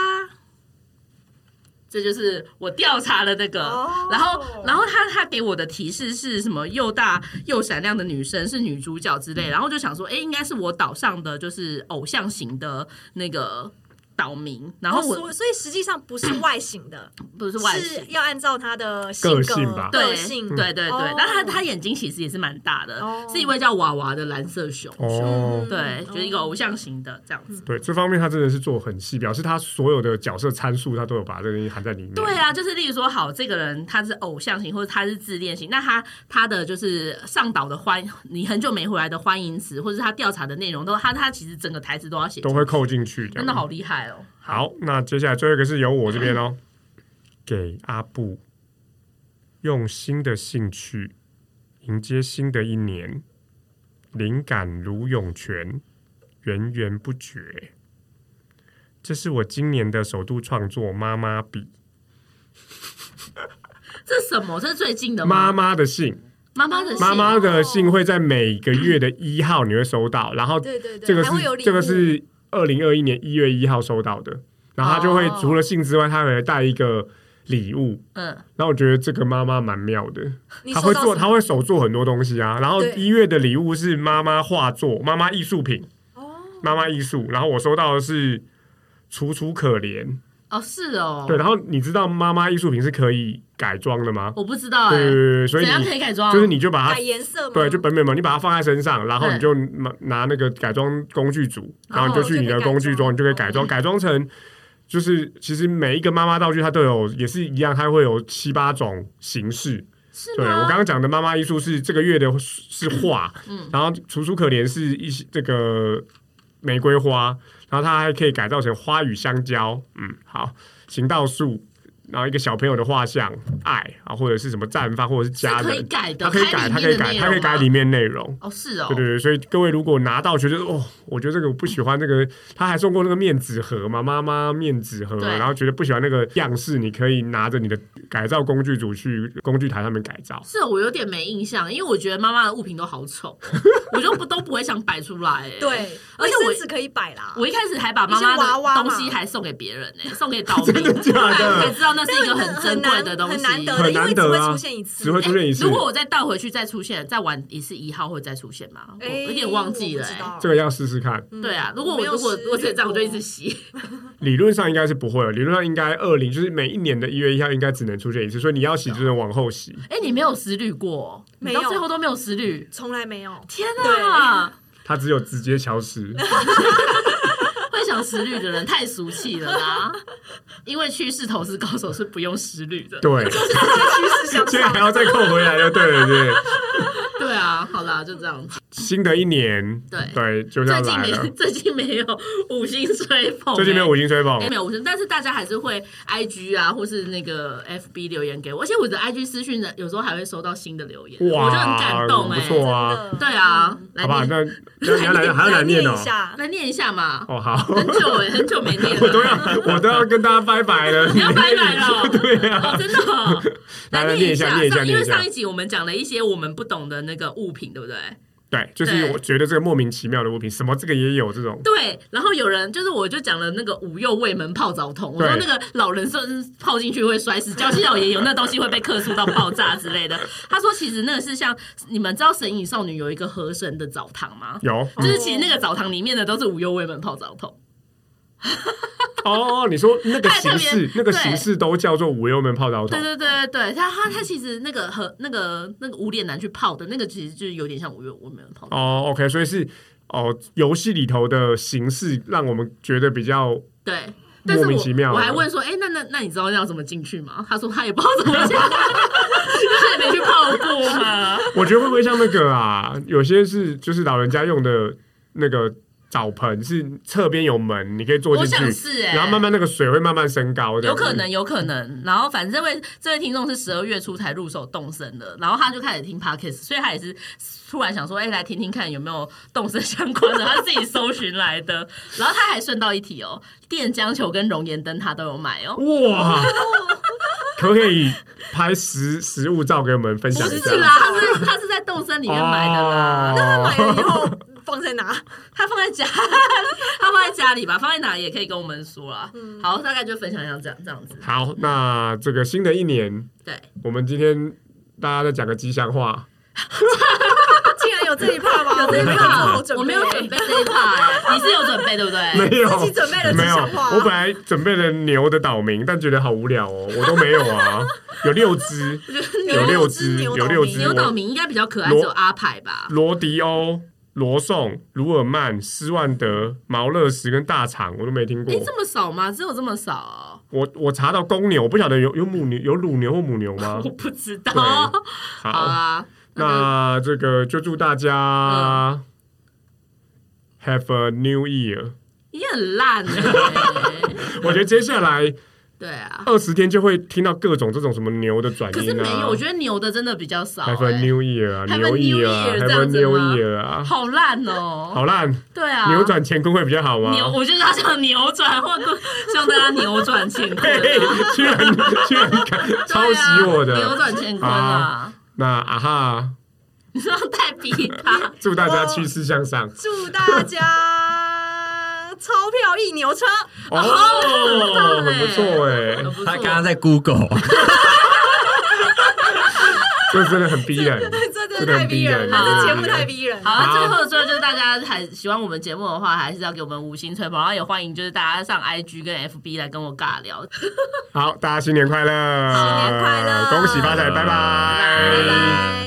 [SPEAKER 2] 这就是我调查了那个
[SPEAKER 3] 哦
[SPEAKER 2] 然后，然后他他给我的提示是什么？又大又闪亮的女生是女主角之类，然后就想说，哎，应该是我岛上的就是偶像型的那个岛民，然后我、
[SPEAKER 3] 所所以实际上不是外形的，
[SPEAKER 2] 不是 外
[SPEAKER 3] 哦是
[SPEAKER 2] 形。
[SPEAKER 3] 要按照他的性格
[SPEAKER 1] 个性吧
[SPEAKER 2] 对
[SPEAKER 3] 个性
[SPEAKER 2] 对对对，
[SPEAKER 3] 哦
[SPEAKER 2] 那他他眼睛其实也是蛮大的
[SPEAKER 3] 哦
[SPEAKER 2] 是一位叫娃娃的蓝色熊，
[SPEAKER 1] 哦
[SPEAKER 3] 嗯，
[SPEAKER 2] 对，就是一个
[SPEAKER 3] 哦
[SPEAKER 2] 偶像型的这样子。
[SPEAKER 1] 对，这方面他真的是做很细，表示他所有的角色参数他都有把这个东西含在里面。
[SPEAKER 2] 对啊，就是例如说，好，这个人他是偶像型，或者他是自恋型，那他他的就是上岛的欢，你很久没回来的欢迎词，或者是他调查的内容，都他他其实整个台词都要写，
[SPEAKER 1] 都会扣进去这样。
[SPEAKER 2] 真的好厉害哦。
[SPEAKER 1] 好，那接下来最后一个是由我这边哦， 给阿布用新的兴趣迎接新的一年，灵感如涌泉，源源不绝。这是我今年的首度创作《妈妈笔
[SPEAKER 2] 这是什么？这是最近》，的
[SPEAKER 1] 妈
[SPEAKER 2] 吗？
[SPEAKER 1] 妈的信，
[SPEAKER 2] 妈妈的信
[SPEAKER 1] 妈妈的信会在每个月的一号你会收到，然后
[SPEAKER 3] 对对对，
[SPEAKER 1] 这个
[SPEAKER 3] 还会有
[SPEAKER 1] 是
[SPEAKER 3] 礼物
[SPEAKER 1] 这个是二零二一年一月一号收到的，然后他就会
[SPEAKER 2] 哦
[SPEAKER 1] 除了信之外，他还会带一个礼物。
[SPEAKER 2] 嗯，
[SPEAKER 1] 然后我觉得这个妈妈蛮妙的，
[SPEAKER 3] 你
[SPEAKER 1] 她
[SPEAKER 3] 收
[SPEAKER 1] 会
[SPEAKER 3] 到
[SPEAKER 1] 做，
[SPEAKER 3] 什
[SPEAKER 1] 她
[SPEAKER 3] 么
[SPEAKER 1] 会手做很多东西啊。然后
[SPEAKER 3] 对
[SPEAKER 1] 一月的礼物是妈妈画作、妈妈艺术品、
[SPEAKER 3] 哦，
[SPEAKER 1] 妈妈艺术。然后我收到的是楚楚可怜，
[SPEAKER 2] 哦是哦，
[SPEAKER 1] 对。然后你知道妈妈艺术品是可以改装的吗？
[SPEAKER 2] 我不知道哎、
[SPEAKER 1] 对对对，对所以
[SPEAKER 2] 怎样可
[SPEAKER 1] 你
[SPEAKER 2] 以改装？
[SPEAKER 1] 就是你就把它
[SPEAKER 3] 改颜色吗？
[SPEAKER 1] 对，就本本嘛，你把它放在身上，然后
[SPEAKER 2] 嗯
[SPEAKER 1] 你就拿拿那个改装工具组，然后你
[SPEAKER 2] 哦
[SPEAKER 1] 就去你的工具装，你就可以改装，改装成就是其实每一个妈妈道具它都有，也是一样，它会有七八种形式。
[SPEAKER 2] 是
[SPEAKER 1] 对
[SPEAKER 2] 吗？
[SPEAKER 1] 我刚刚讲的妈妈艺术是这个月的是画，
[SPEAKER 2] 嗯
[SPEAKER 1] 然后楚楚可怜是一些这个玫瑰花，然后它还可以改造成花与香蕉，嗯，好，行道树。然后一个小朋友的画像，爱啊，或者是什么绽放，或者是家
[SPEAKER 2] 是可以
[SPEAKER 1] 人，
[SPEAKER 2] 改的，
[SPEAKER 1] 它可以改，它可以
[SPEAKER 2] 开
[SPEAKER 1] 改，
[SPEAKER 2] 里面的内容
[SPEAKER 1] 它可以改里
[SPEAKER 2] 吗
[SPEAKER 1] 面内容。
[SPEAKER 2] 哦是哦，
[SPEAKER 1] 对对对，所以各位如果拿到觉得哦，我觉得这个我不喜欢这个，他还送过那个面纸盒嘛，妈妈面纸盒，
[SPEAKER 2] 对
[SPEAKER 1] 然后觉得不喜欢那个样式，你可以拿着你的改造工具组去工具台上面改造。
[SPEAKER 2] 是哦我有点没印象，因为我觉得妈妈的物品都好丑，我就不都不会想摆出来、欸。
[SPEAKER 3] 对，
[SPEAKER 2] 而且我
[SPEAKER 3] 是可以摆啦。
[SPEAKER 2] 我一开始还把妈妈
[SPEAKER 3] 一些娃娃
[SPEAKER 2] 的
[SPEAKER 3] 嘛
[SPEAKER 2] 东西还送给别人呢、欸 送给岛民，
[SPEAKER 1] 真的假的
[SPEAKER 2] 后来才知道那是一个很珍
[SPEAKER 3] 很
[SPEAKER 2] 贵
[SPEAKER 3] 难
[SPEAKER 2] 的东西，哎
[SPEAKER 3] 很难得
[SPEAKER 1] 很
[SPEAKER 3] 的，因
[SPEAKER 1] 难
[SPEAKER 3] 为只
[SPEAKER 1] 得
[SPEAKER 3] 会
[SPEAKER 1] 啊
[SPEAKER 3] 出现一次，
[SPEAKER 1] 只会出现一次
[SPEAKER 2] 如。果我再倒回去再出现，再玩一次一号会再出现吗？我
[SPEAKER 3] 哎
[SPEAKER 2] 有点忘记了、
[SPEAKER 3] 我不知
[SPEAKER 2] 欸。
[SPEAKER 3] 道
[SPEAKER 1] 这个要试试看，
[SPEAKER 3] 嗯
[SPEAKER 2] 对啊，如果
[SPEAKER 3] 没
[SPEAKER 2] 我
[SPEAKER 3] 有
[SPEAKER 2] 如果
[SPEAKER 3] 实
[SPEAKER 2] 如果这样，
[SPEAKER 3] 验
[SPEAKER 2] 我就一
[SPEAKER 3] 过
[SPEAKER 2] 直洗。
[SPEAKER 1] 理论上应该是不会了。理论上应该二零，就是每一年的一月一号应该只能出现一次，所以你要洗就能往后洗。
[SPEAKER 2] 哎、你没有思虑过，哦你
[SPEAKER 3] 没
[SPEAKER 2] 到
[SPEAKER 3] 有
[SPEAKER 2] 最后都没有思虑。
[SPEAKER 3] 从来没有。
[SPEAKER 2] 天啊，
[SPEAKER 1] 它只有直接消 失。
[SPEAKER 2] 会想思虑的人太俗气了 啦！因为趋势投资高手是不用思虑的。
[SPEAKER 1] 对，
[SPEAKER 3] 趋势向
[SPEAKER 1] 现在还
[SPEAKER 3] 上，
[SPEAKER 1] 要再扣回来就对了，对。
[SPEAKER 2] 对啊，好啦，就这样子。
[SPEAKER 1] 新的一年，
[SPEAKER 2] 对
[SPEAKER 1] 就要
[SPEAKER 2] 最
[SPEAKER 1] 来
[SPEAKER 2] 近没
[SPEAKER 1] 了。
[SPEAKER 2] 最近没有五星吹捧、
[SPEAKER 1] 最近没有五星吹捧
[SPEAKER 2] 哎，没有五星，但是大家还是会 I G 啊，或是那个 F B 留言给我，而且我的 I G 私讯的有时候还会收到新的留言，
[SPEAKER 1] 哇，
[SPEAKER 2] 我就很感动哎、
[SPEAKER 1] 不错啊，
[SPEAKER 3] 真的
[SPEAKER 2] 对啊，来
[SPEAKER 1] 好吧，
[SPEAKER 2] 念
[SPEAKER 1] 那那你要来还要来
[SPEAKER 3] 来
[SPEAKER 1] 念
[SPEAKER 3] 念
[SPEAKER 1] 哦
[SPEAKER 3] 一，下，
[SPEAKER 2] 来念一下嘛，
[SPEAKER 1] 哦好，
[SPEAKER 2] 很久哎、很久没念
[SPEAKER 1] 我都要
[SPEAKER 2] 了。
[SPEAKER 1] 我都要跟大家拜拜 了，
[SPEAKER 2] 你要拜拜了，
[SPEAKER 1] 对
[SPEAKER 2] 哦
[SPEAKER 1] 啊，
[SPEAKER 2] 真的哦、
[SPEAKER 1] 来来
[SPEAKER 2] 念
[SPEAKER 1] 念一下念一下
[SPEAKER 2] 上因
[SPEAKER 1] 念
[SPEAKER 2] 为
[SPEAKER 1] 一下
[SPEAKER 2] 上一，集我们讲了一些我们不懂的那个物品，对不对？
[SPEAKER 1] 对，就是
[SPEAKER 2] 对
[SPEAKER 1] 我觉得这个莫名其妙的物品，什么这个也有这种，
[SPEAKER 2] 对，然后有人就是我就讲了那个五右卫门泡澡桶，我说那
[SPEAKER 1] 对
[SPEAKER 2] 个老人甚至泡进去会摔死，江西老爷有那东西会被克数到爆炸之类的。他说其实那个是像你们知道神隐少女有一个河神的澡堂吗？
[SPEAKER 1] 有
[SPEAKER 2] 就是其实那个澡堂里面的都是五右卫门泡澡桶，
[SPEAKER 1] 哦，你说那个
[SPEAKER 2] 太特
[SPEAKER 1] 形
[SPEAKER 2] 别
[SPEAKER 1] 式那个
[SPEAKER 2] 对
[SPEAKER 1] 形式都叫做五油门泡澡桶
[SPEAKER 2] 对，对对对，他他他其实那个和那个那个无脸男去泡的那个其实就是有点像五右卫门泡澡。
[SPEAKER 1] 哦，OK，所以是哦，游戏里头的形式让我们觉得比较
[SPEAKER 2] 对，但是
[SPEAKER 1] 莫名其妙
[SPEAKER 2] 我
[SPEAKER 1] 的
[SPEAKER 2] 我还问说，哎、那那那你知道要怎么进去吗？他说他也不知道怎么进去，因为他也没去泡过嘛。
[SPEAKER 1] 我觉得会不会像那个啊？有些是就是老人家用的那个澡盆，是侧边有门，你可以坐
[SPEAKER 2] 我
[SPEAKER 1] 进
[SPEAKER 2] 想
[SPEAKER 1] 去，
[SPEAKER 2] 是哎、
[SPEAKER 1] 然后慢慢那个水会慢慢升高的，
[SPEAKER 2] 有可能，有可能。然后反正这位这位听众是十二月初才入手动身的，然后他就开始听 podcast，所以他也是突然想说，哎、来听听看有没有动身相关的，他自己搜寻来的。然后他还顺道一提哦，电浆球跟熔岩灯他都有买哦。
[SPEAKER 1] 哇！可不可以拍实实物照给我们分
[SPEAKER 2] 不
[SPEAKER 1] 享一下
[SPEAKER 2] 是？啦，他是他是在动身里面买的啦。
[SPEAKER 3] 他
[SPEAKER 1] 哦
[SPEAKER 3] 买了以后放在 哪？
[SPEAKER 2] 他放在家，他放在家里吧，放在哪也可以跟我们说啦。好，大概就分享一下这样这样子。
[SPEAKER 1] 好，那这个新的一年，
[SPEAKER 2] 对，
[SPEAKER 1] 我们今天大家再讲个吉祥话，
[SPEAKER 3] 竟然有这一趴
[SPEAKER 1] 哦
[SPEAKER 3] 吗？我没有做好准备，
[SPEAKER 2] 我没有准备这一趴、欸，你是有准备对不对？
[SPEAKER 1] 没有。
[SPEAKER 3] 自己准备了吉
[SPEAKER 1] 没有
[SPEAKER 3] 祥话，啊
[SPEAKER 1] 我本来准备了牛的岛名，但觉得好无聊哦，我都没有啊，有六只，有六只，
[SPEAKER 3] 牛
[SPEAKER 1] 有六只，
[SPEAKER 2] 牛岛民应该比较可爱，只有阿牌吧？
[SPEAKER 1] 罗迪欧、罗宋、鲁尔曼、斯万德、毛勒什跟大厂，我都没听过
[SPEAKER 2] 哎、。这么少吗？只有这么少、哦？
[SPEAKER 1] 我我查到公牛，我不晓得有有母牛、有乳牛或母牛吗
[SPEAKER 2] 我？不知道。
[SPEAKER 1] 嗯对
[SPEAKER 2] 好
[SPEAKER 1] 好，
[SPEAKER 2] 啊，那嗯
[SPEAKER 1] 那这个就祝大家 have a new year。
[SPEAKER 2] 你很 烂、欸。
[SPEAKER 1] 我觉得接下来
[SPEAKER 2] 对啊，
[SPEAKER 1] 二十天就会听到各种这种什么牛的转
[SPEAKER 2] 可是
[SPEAKER 1] 音
[SPEAKER 2] 没有，
[SPEAKER 1] 啊
[SPEAKER 2] 我觉得牛的真的比较少、
[SPEAKER 1] ，have a
[SPEAKER 2] 欸。
[SPEAKER 1] new year 啊，
[SPEAKER 2] Have a
[SPEAKER 1] 牛
[SPEAKER 2] new
[SPEAKER 1] 啊
[SPEAKER 2] year，这
[SPEAKER 1] ，have a
[SPEAKER 2] 样子
[SPEAKER 1] new
[SPEAKER 2] 吗
[SPEAKER 1] year 啊，
[SPEAKER 2] 好烂哦、
[SPEAKER 1] 好烂，
[SPEAKER 2] 对啊，
[SPEAKER 1] 扭转乾坤会比较好吗？
[SPEAKER 2] 扭，我就是要想扭转，或者向大家扭转乾 坤、
[SPEAKER 1] 嘿
[SPEAKER 2] 啊。
[SPEAKER 1] 居然居 然敢抄
[SPEAKER 2] 对啊
[SPEAKER 1] 袭我
[SPEAKER 2] 扭
[SPEAKER 1] 的。
[SPEAKER 2] 转乾坤啊！
[SPEAKER 1] 那啊哈，
[SPEAKER 2] 你知道太逼他，
[SPEAKER 1] 祝大
[SPEAKER 2] 哦
[SPEAKER 1] 家趋势向上
[SPEAKER 3] 祝大家钞票一牛车，
[SPEAKER 1] 哦，
[SPEAKER 2] 哦
[SPEAKER 1] 很不错哎，
[SPEAKER 2] 很不错
[SPEAKER 5] 他刚刚在 Google，
[SPEAKER 1] 这真的很逼人。
[SPEAKER 3] 这真的太逼人
[SPEAKER 2] 这个很
[SPEAKER 3] 了，
[SPEAKER 2] 逼人
[SPEAKER 3] 这节目太逼人。
[SPEAKER 2] 好，
[SPEAKER 1] 好
[SPEAKER 2] 最后最后就是大家还喜欢我们节目的话，还是要给我们五星吹捧，然后也欢迎就是大家上 IG 跟 FB 来跟我尬聊。
[SPEAKER 1] 好，大家新年快乐，
[SPEAKER 3] 新年快乐
[SPEAKER 1] 恭喜发财，拜拜
[SPEAKER 3] 拜拜。